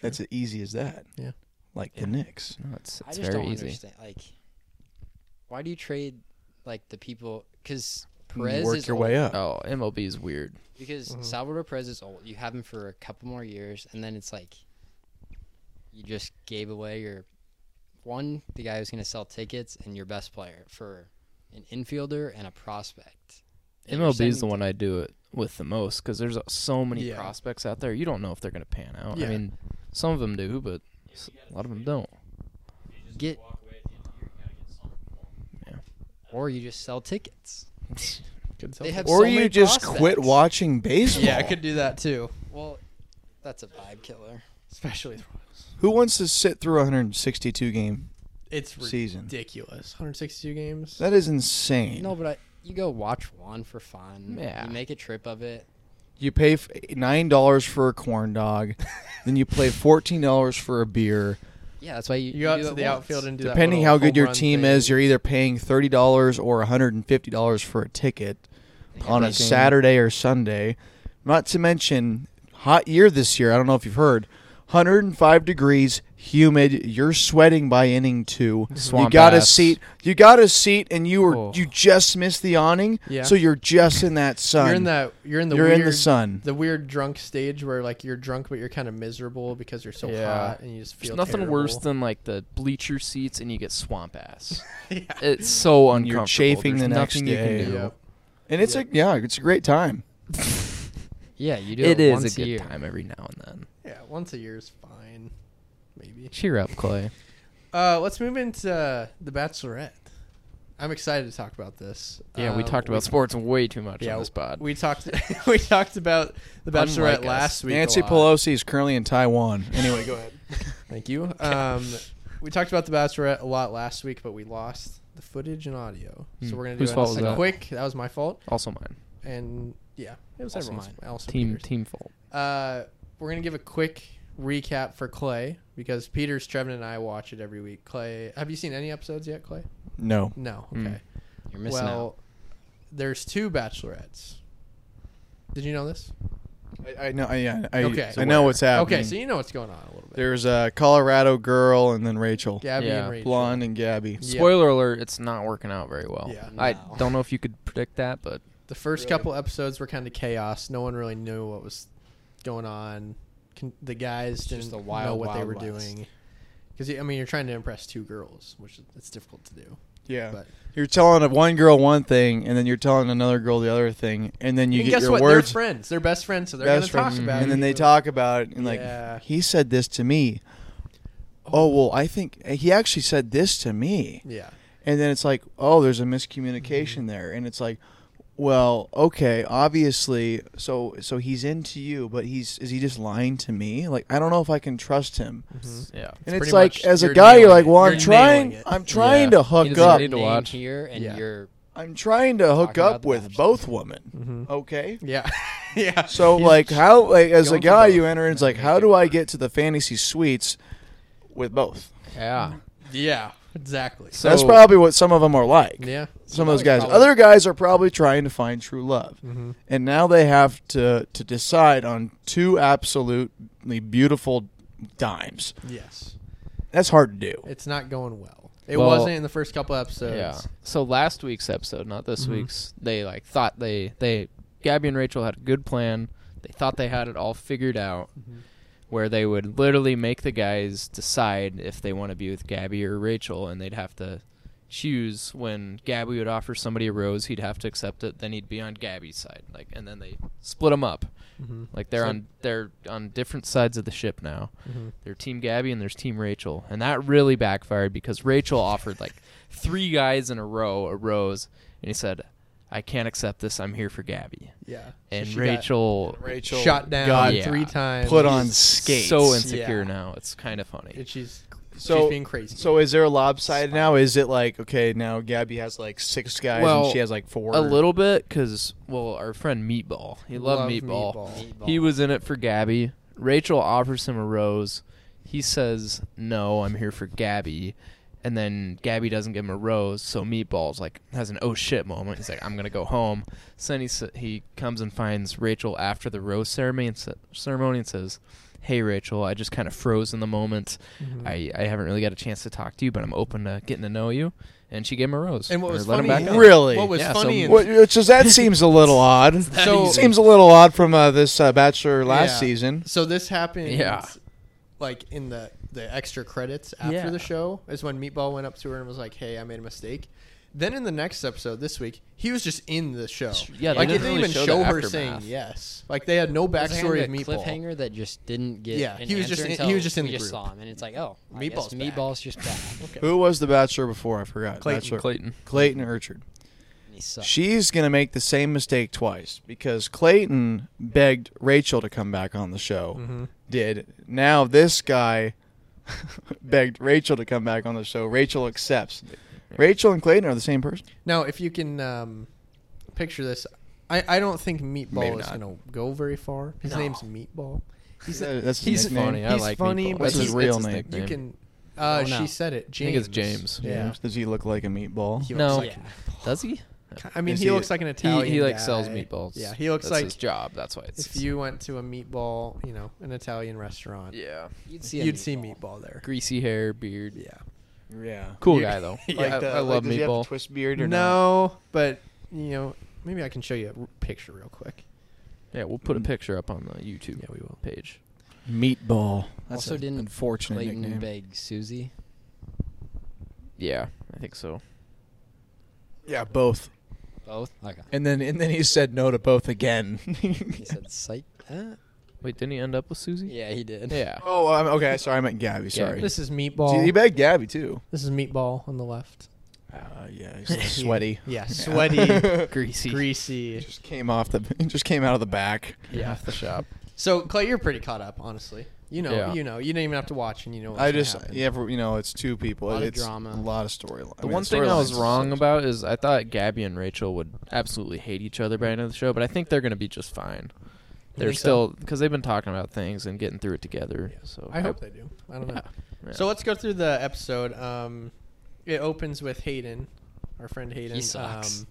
That's as easy as that. Yeah. like Yeah. the Knicks. No, it's I it's just very don't easy. understand. Like, why do you trade like the people? Because You Perez work is your old. way Mm-hmm. up. Oh, MLB is weird. Because Salvador Perez is old. You have him for a couple more years, and then it's like you just gave away your one, the guy who's going to sell tickets, and your best player for an infielder and a prospect. And you're MLB is the sending- one I do it with the most because there's uh, so many Yeah. prospects out there. You don't know if they're going to pan out. Yeah. I mean, some of them do, but s- a lot of them don't. Get or you just sell tickets. Good They have Or so you many just prospects. quit watching baseball. yeah, I could do that too. Well, that's a vibe killer. Especially the Royals. Who wants to sit through a 162 game? It's Season. ridiculous. 162 games. That is insane. No, but I, you go watch one for fun. Yeah. You make a trip of it. You pay f- nine dollars for a (laughs) corn dog, then you pay fourteen dollars for a beer. Yeah, that's why you, you go out do to it the once. outfield and do that Depending little how good home your run team thing. is, you're either paying thirty dollars or one hundred and fifty dollars for a ticket on a Every game. Saturday or Sunday. Not to mention hot year this year. I don't know if you've heard. 105 degrees, humid. You're sweating by inning two. you Swamp got a ass. seat. You got a seat, and you were Oh. you just missed the awning. Yeah. So you're just in that sun. You're in that. You're in the. You're weird, in the sun. The weird drunk stage where like you're drunk but you're kind of miserable because you're so Yeah. hot and you just There's feel. nothing terrible. worse than like the bleacher seats and you get swamp ass. (laughs) Yeah. It's so And uncomfortable. you're chafing There's the next nothing you can day. do. Yep. And it's a yeah, it's a great (laughs) time. Yeah, you do It it, is once a good year. time every now and then. Yeah, once a year is fine, maybe. Cheer up, Clay. Uh, let's move into uh, the Bachelorette. I'm excited to talk about this. Yeah, we Uh, talked about sports way too much on this pod. We talked. (laughs) we talked about the Unlike Bachelorette us. last week. a Nancy lot. Pelosi is currently in Taiwan. Anyway, go ahead. (laughs) Thank you. Um, we talked about the Bachelorette a lot last week, but we lost the footage and audio. So Hmm. we're gonna do Whose a- fault a, was that? quick. That was my fault, also mine. and yeah, it was Also everyone's mine. also Team Peter's. team fault. Uh, we're gonna give a quick recap for Clay because Peter's Trevin and I watch it every week. Clay, have you seen any episodes yet, Clay? (laughs) No. No. Hmm. Okay. You're missing well, out. there's two Bachelorettes. Did you know this? I, I know I, yeah, I, Okay. I know what's happening. Okay, so you know what's going on a little bit. There's a Colorado girl and then Rachel. Gabby Yeah, and Rachel. Blonde and Gabby. Yeah. Spoiler alert, it's not working out very well. Yeah. I No. don't know if you could predict that, but The first couple episodes were kind of chaos. No one really knew what was going on. Con- the guys It's didn't just the wild, know what they wild were west. doing. Because I mean, you're trying to impress two girls, which is, it's difficult to do. Yeah. But You're telling one girl one thing and then you're telling another girl the other thing and then you and get guess your what? words They're friends. They're best friends, so they're best gonna friends, talk about it. and then they talk about it and Yeah. like he said this to me. Oh well, I think he actually said this to me. Yeah. Mm-hmm. And then it's like, oh, there's a miscommunication there. And it's like, well, okay, obviously, so so he's into you, but he's is he just lying to me? Like I don't know if I can trust him. Yeah. and it's pretty like much- as a you're guy, you're nailing like, it. well, I'm You're trying, nailing it. I'm trying Yeah. to He hook doesn't up. need to name watch. here, and Yeah. you're I'm trying to hook Talking about up the with match. both women. Mm-hmm. Okay. Yeah, (laughs) yeah. So He's like how like as a going for guy both. you enter and it's like Make how it do I work. get to the fantasy suites with both? Yeah. yeah, exactly. So That's probably what some of them are like. Yeah. Some of Probably- those guys. probably. Other guys are probably trying to find true love. Mm-hmm. And now they have to to decide on two absolutely beautiful dimes. Yes. That's hard to do. It's not going well. It Well- wasn't in the first couple episodes. Yeah. So last week's episode, not this Mhm. week's, they like thought they they Gabby and Rachel had a good plan. They thought they had it all figured out Mm-hmm. where they would literally make the guys decide if they want to be with Gabby or Rachel and they'd have to choose when Gabby would offer somebody a rose, he'd have to accept it, then he'd be on Gabby's side. Like and then they split them up. Mm-hmm. Like they're So- on they're on different sides of the ship now. Mm-hmm. There's Team Gabby and there's Team Rachel. And that really backfired because Rachel offered like three guys in a row a rose and he said, I can't accept this. I'm here for Gabby. Yeah. And she got Rachel Rachel shot down got Yeah. three times. put on She's- skates. so insecure Yeah. now. It's kind of funny. and she's So- she's being crazy. So is there a lopsided now? Is it like okay now Gabby has like six guys Well, and she has like four? A little bit because, well, our friend Meatball. He loved Love Meatball. meatball. He was in it for Gabby. Rachel offers him a rose. He says, "No, I'm here for Gabby." And then Gabby doesn't give him a rose, so Meatball's like has an oh shit moment. He's like, "I'm gonna go home." So then he s- he comes and finds Rachel after the rose ceremony and, sa- ceremony and says, "Hey Rachel, I just kind of froze in the moment. Mhm. I, I haven't really got a chance to talk to you, but I'm open to getting to know you." And she gave him a rose. And what was or let him funny- back on. Really? What was Yeah, funny? so- and- Well, it's just that seems a (laughs) little odd. So- it seems a little odd from uh, this uh, Bachelor last Yeah. season. So this happened. Yeah. Like in the the extra credits after Yeah. the show is when Meatball went up to her and was like, "Hey, I made a mistake." Then in the next episode this week, he was just in the show. Yeah, they like didn't it didn't really even show show, the her aftermath. saying yes. Like they had no It's like backstory of kind a Meatball. cliffhanger that just didn't get. Yeah, an he was answer just in- he until was just in we the group. just saw him, and it's like, oh, Meatball's Meatball's back. Meatball's just back, (laughs) Who was the Bachelor before? I forgot. Clayton. Bachelor- Clayton. Clayton Urchard. and he sucked. She's gonna make the same mistake twice because Clayton begged Rachel to come back on the show. Mm-hmm. Mm-hmm. Did now this guy (laughs) begged Rachel to come back on the show? Rachel accepts. Rachel and Clayton are the same person. Now, if you can um, picture this, I, I don't think Meatball Maybe is not. going to go very far. His No. name's Meatball. (laughs) He's, that's his He's nickname. funny. I He's like funny, Meatball. but That's his he's- real it's his name. nickname. You can. Uh, Oh, no. She said it. James. think it's James. Yeah. James, Does he look like a meatball? He No. looks yeah. like Does he? I mean, Is he, he- looks like an He, Italian. he like sells guy. meatballs. Yeah, he looks That's like his job. That's why it's if you went to a meatball, you know, an Italian restaurant, Yeah. You'd see a you'd see meatball. meatball there. (laughs) Greasy hair, beard. Yeah. (laughs) Yeah. Cool You- guy though. Yeah. I, Like the- I love meatball. twist beard No, but you know, maybe I can show you a r- picture real quick. yeah, we'll put a picture up on the YouTube we will. page. Meatball. Also, didn't unfortunate Clayton beg Susie. Yeah, I think so. Yeah, both. Both. Okay. And then and then he said no to both again. (laughs) He (laughs) said, "Psych." Uh, Wait, didn't he end up with Susie? yeah, he (laughs) did. Yeah. oh, I'm, okay. Sorry, I meant Gabby. Sorry. This is Dude, he meatball. begged Gabby too. This is meatball on the left. Uh, (laughs) yeah, he's sweaty. Yeah, (laughs) sweaty, Greasy. He greasy. just came off the. (laughs) He just came out of the back. Yeah. Off the shop. So Clay, you're pretty caught up, honestly. You know, Yeah. you know, you didn't even have to watch, and you know. What's I gonna just happen. yeah, for, you know, it's two people. A lot of it's drama. A lot of storyline. The one thing I was wrong about is I thought Gabby and Rachel would absolutely hate each other by the end of the show, but I think they're going to be just fine. They're think so? still because they've been talking about things and getting through it together. So I hope they do. I don't know. yeah. So let's go through the episode. Um, it opens with Hayden, our friend Hayden. sucks. Um,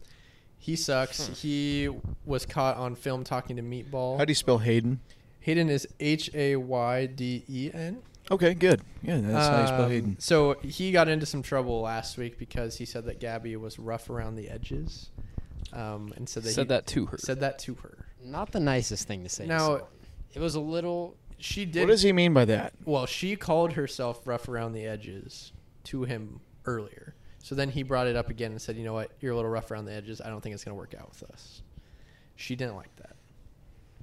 he sucks. He was caught on film talking to Meatball. How do you spell Hayden? Hayden is H A Y D E N. Okay, good. Yeah, that's how you spell Um, Hayden. So he got into some trouble last week because he said that Gabby was rough around the edges, um, and said that said he that to her. said that to her. Not the nicest thing to say. to Now- someone. it was a little. She did. What does he mean by that? Well, she called herself rough around the edges to him earlier. So then he brought it up again and said, "You know what? You're a little rough around the edges. I don't think it's going to work out with us." She didn't like that.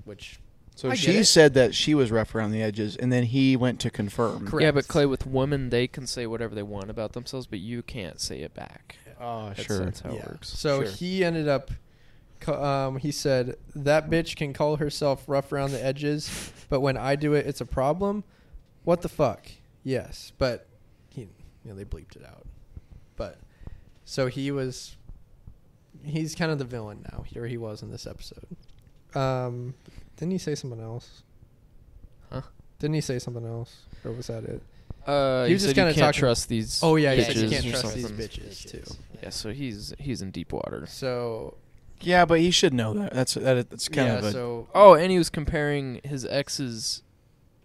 Which So I get she it. said that she was rough around the edges, and then he went to confirm. Correct. Yeah, but Clay, with women, they can say whatever they want about themselves, but you can't say it back. Oh, That's, sure. That's how it yeah. works. So Sure. he ended up ca- um, he said, That bitch can call herself rough around the edges, but when I do it, it's a problem. What the fuck? Yes. But he, you know, they bleeped it out. But so he was, he's kind of the villain now. Here he was in this episode. Um, didn't he say someone else? Huh? Didn't he say something else? Or was that it? Uh, He he was said just you kinda can't talking- trust these. Oh, yeah, he said bitches you can't or trust something. these bitches, too. Yeah, so he's he's in deep water. So, Yeah, but he should know that. That's that, that's kind yeah, of a so Oh, and he was comparing his ex's,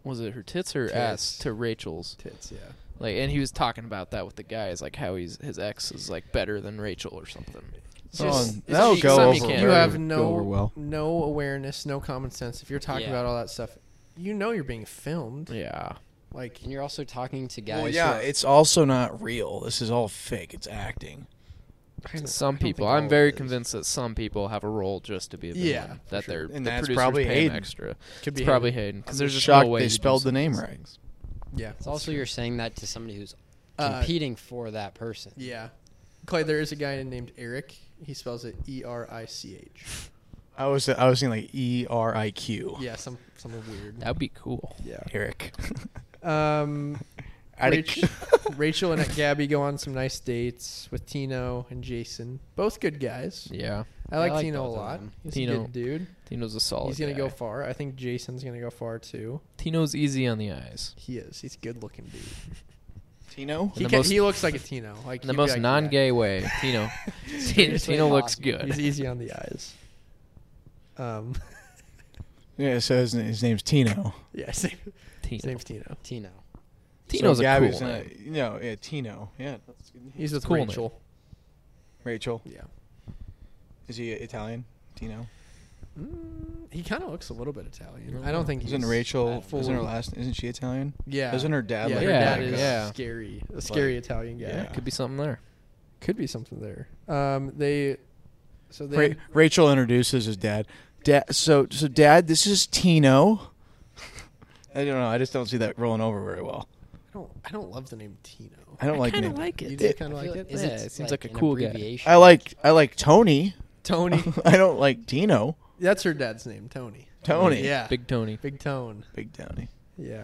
was it her tits or ass Tits. to Rachel's? tits, yeah. Like, and he was talking about that with the guys, like how he's his ex is like better than Rachel or something. It's Oh, just- and it's that'll just go something over- You have go no over well. no awareness, no common sense. If you're talking Yeah. about all that stuff, you know you're being filmed. Yeah, Like And you're also talking to guys. Well, yeah, who are- it's also not real. This is all fake. It's acting. some don't think people. all I'm of very it is. convinced that some people have a role just to be a villain. Yeah, for that sure. they're And the that's producers probably pay him Hayden. extra. could It's be probably hated. Hayden because there's just shocked no way they you do spelled some the of name these right. things. yeah. It's also you're saying that to somebody who's Uh, competing for that person. yeah. Clay, there is a guy named Eric. He spells it E R I C H. I was I was thinking like E R I Q. Yeah, some something weird. That'd be cool. Yeah. Eric. (laughs) Um, Attic. Rach- Rachel and Gabby go on some nice dates with Tino and Jason. Both good guys. Yeah, I like, I like Tino a both of lot. them. He's a Tino- good dude. Tino's a solid. He's gonna guy. go far. I think Jason's gonna go far too. Tino's easy on the eyes. He is. He's a good looking (laughs) dude. (laughs) Tino. He, the ca- most- he looks like a Tino. Like In he'd the be most like, non-gay way, (laughs) Tino. Tino, Seriously Tino looks possible. yeah. He's good. easy on (laughs) the eyes. Um, (laughs) Yeah, so his, his name's Tino. yeah, same, his Tino. name's Tino. Tino. Tino's so a Gabby's cool gonna- name. You know, yeah, Tino. Yeah, that's a good name. He's with Cool name. Rachel. Rachel. Yeah, Is he Italian? Tino. mm, he kind of looks a little bit Italian. Mm. I don't think he's Isn't Rachel? that Isn't her fully- last? Isn't she Italian? Yeah, Isn't her dad yeah, like? her Yeah, dad is yeah. scary, a scary Italian guy. Yeah. Could be something there. Could be something there. Um, they, so they, Ra- Rachel introduces his dad. Dad. So so dad, this is Tino. I don't know. I just don't see that rolling over very well. I don't, I don't love the name Tino. I don't like kinda names. You it. do It- kind of I like feel it, is Yeah, it seems like a an cool guy. abbreviation? I like I like Tony. Tony. I don't like Dino. That's her dad's name, Tony. (laughs) Tony. Yeah, big, Big Tony. big tone. Big Tony. Yeah.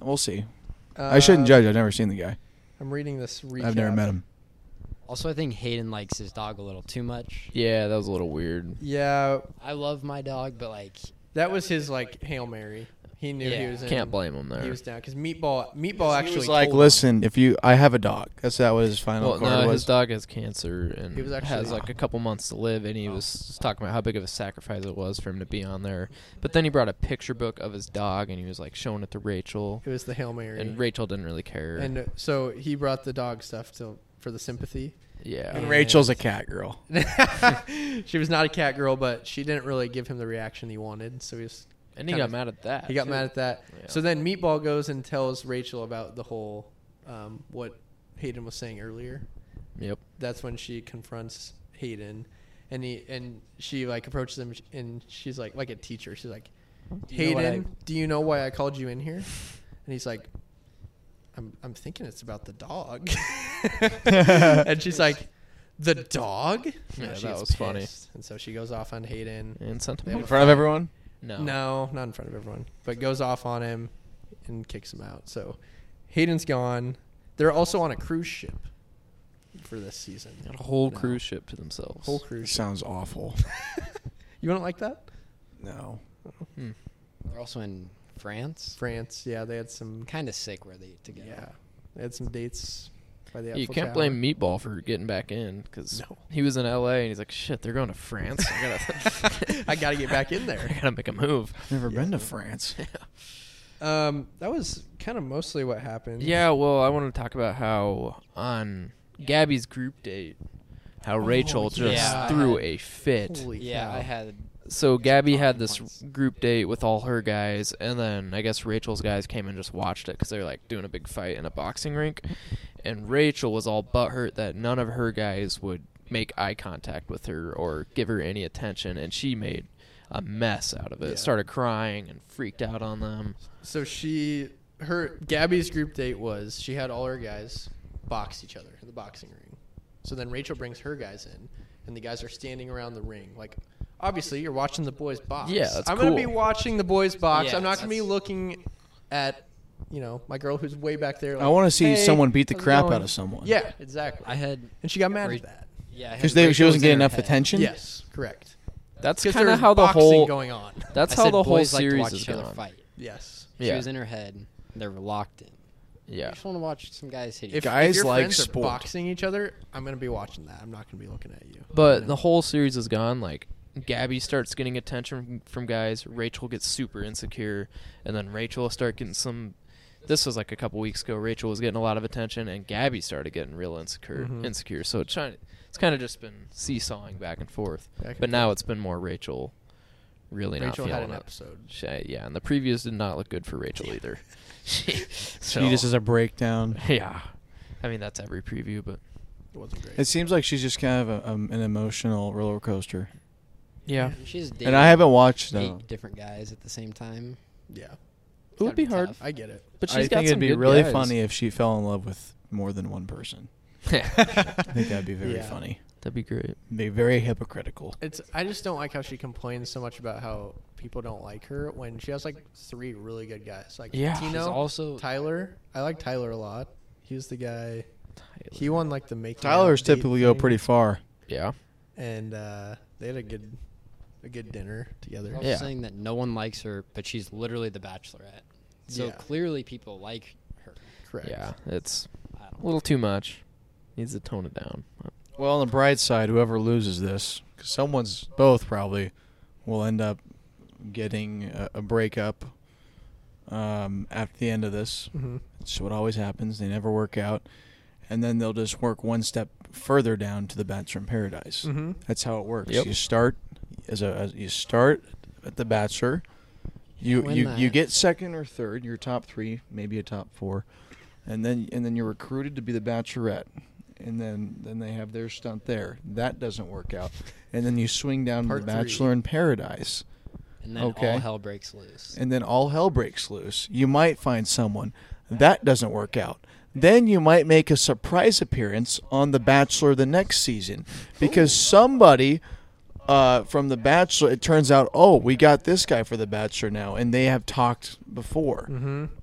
We'll see. I shouldn't Uh, judge. I've never seen the guy. I'm reading this. Recap. I've never met him. Also, I think Hayden likes his dog a little too much. Yeah, that was a little weird. Yeah, I love my dog, but like, that was his like hail mary. He knew he Yeah. was in. Can't blame him He there. was down because meatball. Meatball actually He was like, told him. listen, if you, I have a dog. That's that what his final Well, card no, his was. dog has cancer and He was actually- Oh. has like a couple months to live, and he was talking about how big of a sacrifice it was for him to be on there. But then he brought a picture book of his dog, and he was like showing it to Rachel, It was the hail mary. and Rachel didn't really care. And, uh, so he brought the dog stuff to for the sympathy. (laughs) And yeah, Rachel's a cat girl. she was not a cat girl, but she didn't really give him the reaction he wanted. So he was, and he kind got of- mad at that. he got too. mad at that. Yeah. So then meatball goes and tells Rachel about the whole um, what Hayden was saying earlier. Yep. that's when she confronts Hayden, and he and she like approaches him and she's like like a teacher. She's like, you know what Hayden, do you know why I called you in here? And he's like, I'm I'm thinking it's about (laughs) the dog. (laughs) and she's like, the dog. Yeah, she that gets was funny. pissed. And so she goes off on Hayden. And sent him They off. (laughs) In front of everyone. No. No. not in front of everyone, but goes off on him and kicks him out. So Hayden's gone. They're also on a cruise ship for this season. Got a whole No. cruise ship to themselves. Whole cruise. ship. Sounds awful. You wouldn't like that? No. they're also in France. France, yeah, they had some. Kind of sick where they together. Yeah, they had some dates by the. you Eiffel can't Tower. (laughs) blame Meatball for getting back in because No. he was in L.A. and he's like, "Shit, they're going to France. I gotta, (laughs) I gotta get back (laughs) in I there. gotta make a move." Never been to France. Um, that was kind of mostly what happened. Yeah, well, I want to talk about how on Gabby's group date, how Rachel just yeah. threw a fit. Oh, Holy Yeah, cow. I had. so Gabby had talking this points. group date with all her guys, and then I guess Rachel's guys came and just watched it because they were like doing a big fight in a boxing rink, and Rachel was all butthurt that none of her guys would make eye contact with her or give her any attention, and she made a mess out of it. Yeah. Started crying and freaked out on them. So she, her Gabby's group date was she had all her guys box each other in the boxing ring. So then Rachel brings her guys in, and the guys are standing around the ring like obviously you're watching the boys box. Yeah, that's I'm gonna cool. be watching the boys box. Yeah, I'm not gonna be that's- looking at you know my girl who's way back there. I want to see "Hey, someone beat the how's it crap going?" out of someone. Yeah, exactly. I had and she got mad Rach- at that. yeah I had because she Rachel's wasn't getting in her enough head. attention. Yes, correct. That's Because kind of there's how the boxing whole. going on. That's I how said the whole boys like to series watch is each other going. Fight. Yes. She Yeah. was in her head. They were locked in. I Yeah. just want to watch some guys hit. If, If, Guys if your like friends sport. are boxing each other, I'm gonna be watching that. I'm not gonna be looking at you. But the whole series is gone. Like Gabby starts getting attention from guys. Rachel gets super insecure, and then Rachel will start getting some. This was like a couple weeks ago. Rachel was getting a lot of attention, and Gabby started getting real insecure. Mhm. Mm-hmm. Insecure. So it's trying. It's kind of just been seesawing back and forth. Back and but now it's been more Rachel. Really Rachel not had feeling an it. episode. She, yeah, and the previews did not look good for Rachel either. (laughs) (laughs) so, (laughs) She just has a breakdown. (laughs) yeah. I mean that's every preview, but It wasn't great. It seems like she's just kind of a, um, an emotional roller coaster. yeah, she's dating And I haven't watched them. eight different guys at the same time. yeah, it would gotta be be hard. (laughs) tough. I get it. But she's I got think some it'd be good really guys. funny if she fell in love with more than one person. I think that'd be (laughs) very Yeah. funny. That'd be great. Be very hypocritical. It's I just don't like how she complains so much about how people don't like her when she has like three really good guys. Like Yeah. Tino, She's also Tyler. I like Tyler a lot. He was the guy. He won like the make. Tyler's typically go pretty far. Yeah. And uh, they had a good, a good dinner together. also Yeah. saying that no one likes her, but she's literally the Bachelorette. So Yeah. clearly, people like her. Correct. Yeah. It's I a don't little too much. Needs to tone it down. Well, on the bright side, whoever loses this, 'cause someone's both probably, will end up getting a, a breakup um, at the end of this. Mm-hmm. It's what always happens. They never work out. And then they'll just work one step further down to the Bachelor in Paradise. Mm-hmm. That's how it works. Yep. You start as a as you start at the bachelor. You Win you, that. you get second or third, your top three, maybe a top four, and then and then you're recruited to be the bachelorette, and then then they have their stunt there. That doesn't work out, and then you swing down to Part the three. bachelor in paradise, And then Okay. all hell breaks loose. and then all hell breaks loose. You might find someone that doesn't work out. Then you might make a surprise appearance on The Bachelor the next season because somebody uh, from The Bachelor, it turns out, oh, we got this guy for The Bachelor now, and they have talked before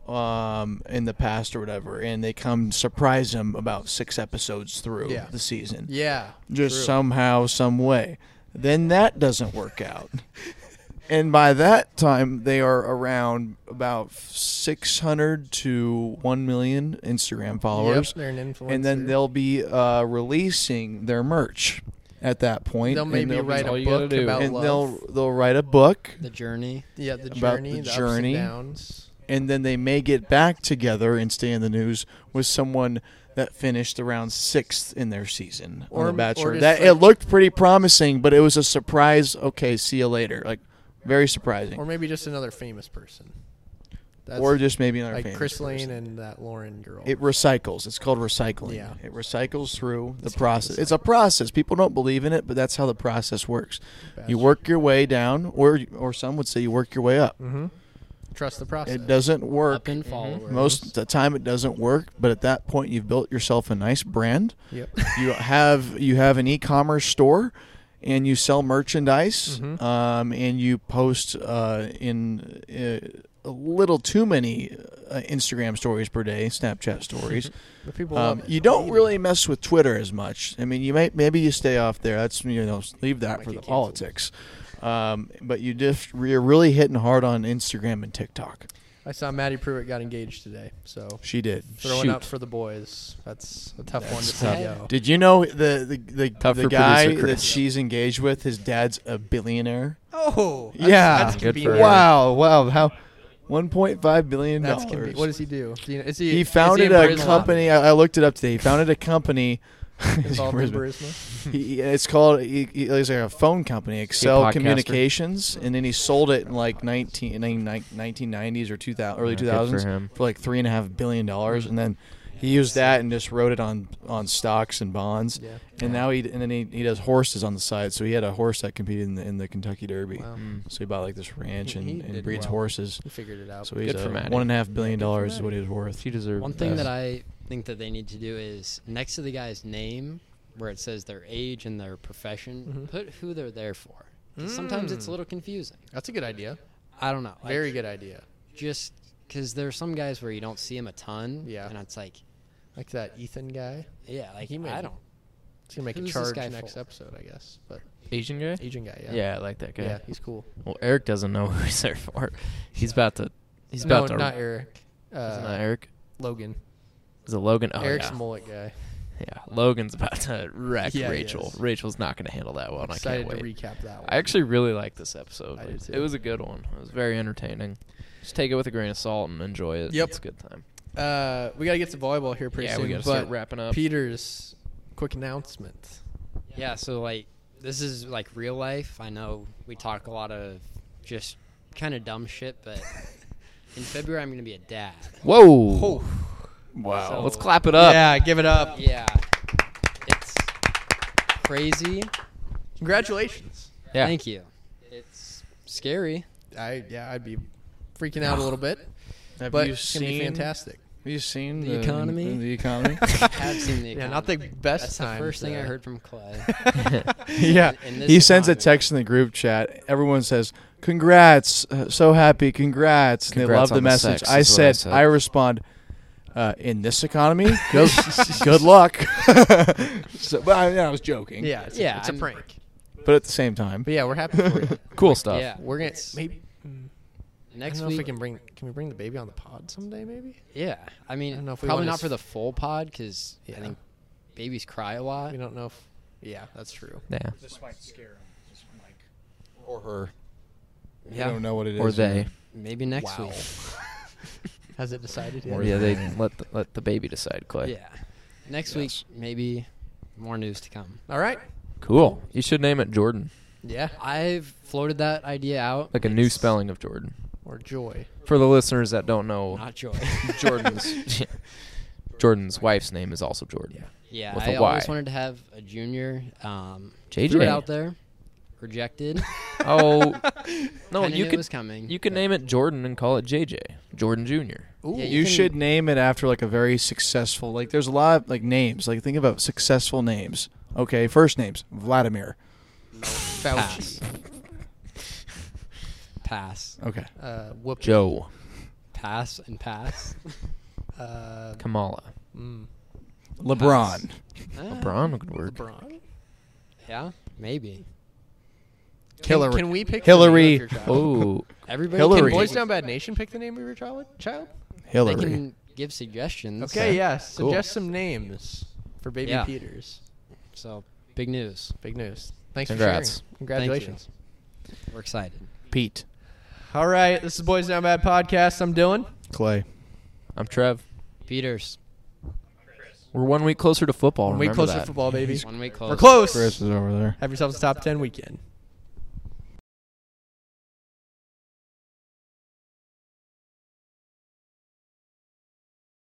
um, in the past or whatever, and they come surprise him about six episodes through Yeah. the season Yeah. just true. somehow, some way. Then that doesn't work out. and by that time, they are around about 600 to 1 million Instagram followers. Yep, they're an influencer. and then they'll be uh, releasing their merch at that point. they'll and maybe they'll- write all a you gotta book do. about and love. they'll they'll write a book The journey. yeah, the about journey, the the, journey. ups and downs. and then they may get back together and stay in the news with someone that finished around sixth in their season Or- on The or Bachelor. just That like- it looked pretty promising, but it was a surprise. Okay, see you later. Like very surprising, Or or, maybe just another famous person. That's just maybe another like famous Chris Lane person. and that Lauren girl. It recycles. It's called recycling. Yeah. It recycles through the It's called process. It's a process. People don't believe in it, but that's how the process works. You Bachelor. work your way down, or or some would say you work your way up. Mm-hmm. Trust the process. It doesn't work Up in followers. Most of the time, it doesn't work. But at that point, you've built yourself a nice brand. Yep. (laughs) You have you have an e-commerce store, and you sell merchandise. Mhm. Um, and you post uh, in uh, a little too many uh, Instagram stories per day, Snapchat (laughs) stories. But people um, love it. you don't Eat it. really mess with Twitter as much. I mean, you may maybe you stay off there. That's you know leave that Might for the get canceled. politics. Um, but you diff- you're really hitting hard on Instagram and TikTok. I saw Maddie Pruitt got engaged today, so She did. throwing Shoot. up for the boys. That's a tough one to That's see tough. go. Did you know the the, the, Tough the for guy producer that Chris. she's engaged with? His dad's a billionaire. Oh, that's, Yeah. that's Good convenient. for her. Wow, wow, how, one point five billion That's dollars. convenient. What does he do? Do you know- Is he? He is founded in a Brisbane? company. (laughs) I, I looked it up today. He founded a company. (laughs) Involved in Brisbane. Burisma? (laughs) (laughs) He- it's called. He, he- it's like a phone company, Excel podcaster. Communications, and then he sold it in like 19, 1990s or two thousand early Yeah, two good thousands for him. like three and a half billion dollars, and then he used that and just wrote it on on stocks and bonds. Yeah. And now he and then he, he does horses on the side. So he had a horse that competed in the, in the Kentucky Derby. Wow. So he mm. bought like this ranch He- and, he and did breeds well. horses. He figured it out. So he's Good a for Matty. one and a half billion Good for dollars is Matty. what he was worth. She deserved One thing that best. I think that they need to do is next to the guy's name, where it says their age and their profession, Mhm. put who they're there for. 'Cause Sometimes it's Mm. a little confusing. That's a good idea. I don't know. Very good idea. just because there are some guys where you don't see him a ton. Yeah. And it's like, Like that Ethan guy. yeah, like He he may I be. don't. He's gonna make Who's a this charge guy next for? episode, I guess. But Asian guy? Asian guy, yeah. Yeah, I like that guy. Yeah, he's cool. Well, Eric doesn't know (laughs) who he's there for. He's about to. He's no, about to. not Eric. Uh, It's not Eric. Logan. Is it Logan? Oh, Eric's yeah. mullet guy. yeah. Logan's about to wreck Yeah, he Rachel. is. Rachel's not going to handle that well. And I Excited can't to wait. recap that one. I actually really like this episode. I do too. It was a good one. It was very entertaining. Just take it with a grain of salt and enjoy it. Yep. It's a good time. uh, we gotta get to volleyball here pretty yeah, soon. we got to but start wrapping up. Peter's quick announcement. Yeah. So like, this is like real life. I know we talk a lot of just kind of dumb shit, but in February I'm gonna be a dad. Whoa. Wow. So, Let's clap it up. Yeah, give it up. Yeah. It's crazy. Congratulations. Yeah. Thank you. It's scary. I yeah, I'd be freaking out a little bit, Have but you it's gonna be (laughs) seen? fantastic. Have you seen The economy? The economy. I have (laughs) seen the Yeah, not the economy. best That's times, the first thing I uh, heard from Clay. (laughs) yeah. In this He sends a economy. text in the group chat. Everyone says, "Congrats, uh, so happy, congrats." And they Congrats on love the the message. sex, I, is what I said, I said. respond, uh, "In this economy, good, good luck." (laughs) so, but I, yeah, I was joking. (laughs) Yeah, it's, Yeah, it's a I'm- prank. But at the same time, But yeah, we're happy (laughs) (laughs) for you. Cool stuff. Yeah. We're gonna It's- maybe mm, Next I don't know week, if we can bring can we bring the baby on the pod someday maybe? Yeah, I mean, I don't know if we probably wanna not s- for the full pod because Yeah. I think babies cry a lot. We don't know if yeah, that's true. Yeah. this might scare him. Or her. Yeah. I don't know what it is. Or they. Maybe next Wow. week. Has it decided yet? Or Yeah, they let the, let the baby decide, Clay. Yeah, next week maybe more news to come. All right. Cool. You should name it Jordan, Yeah. I've floated that idea out. like a new spelling of Jordan. Or joy. For the listeners that don't know, Not joy. (laughs) Jordan's (laughs) Jordan's wife's name is also Jordan. yeah, With a I always Y. wanted to have a junior. Um, JJ. threw it out there, rejected. (laughs) (laughs) Oh no, (laughs) you Kinda knew it could was coming. you could name it Jordan and call it JJ Jordan Jr. Ooh. Yeah, You, can- should name it after like a very successful. Like there's a lot of like names. Like think about successful names. Okay, first names Vladimir. pass. Fauci. pass, Okay. (laughs) Uh whoop Joe pass, (laughs) and pass. Ah, Uh Kamala mm, LeBron. LeBron would work. LeBron. Yeah, maybe. Hillary. Can, can we pick Hillary. The name of your child? Oh, Everybody Hillary. Can Boys voice Down Bad Nation pick the name of your child? Child? They Hillary. can give suggestions. Okay, yeah. Cool. Suggest some names for baby Yeah. Peters. So big news. Big news. Thanks Congrats. for sharing. Congratulations. We're excited. Pete. All right, this is Boys Down Bad podcast. I'm Dylan. Clay. I'm Trev. Peters, We're one week closer to football. One week remember that. closer (laughs) to football, baby. one week close. We're close. Chris is over there. Have yourselves a top ten weekend.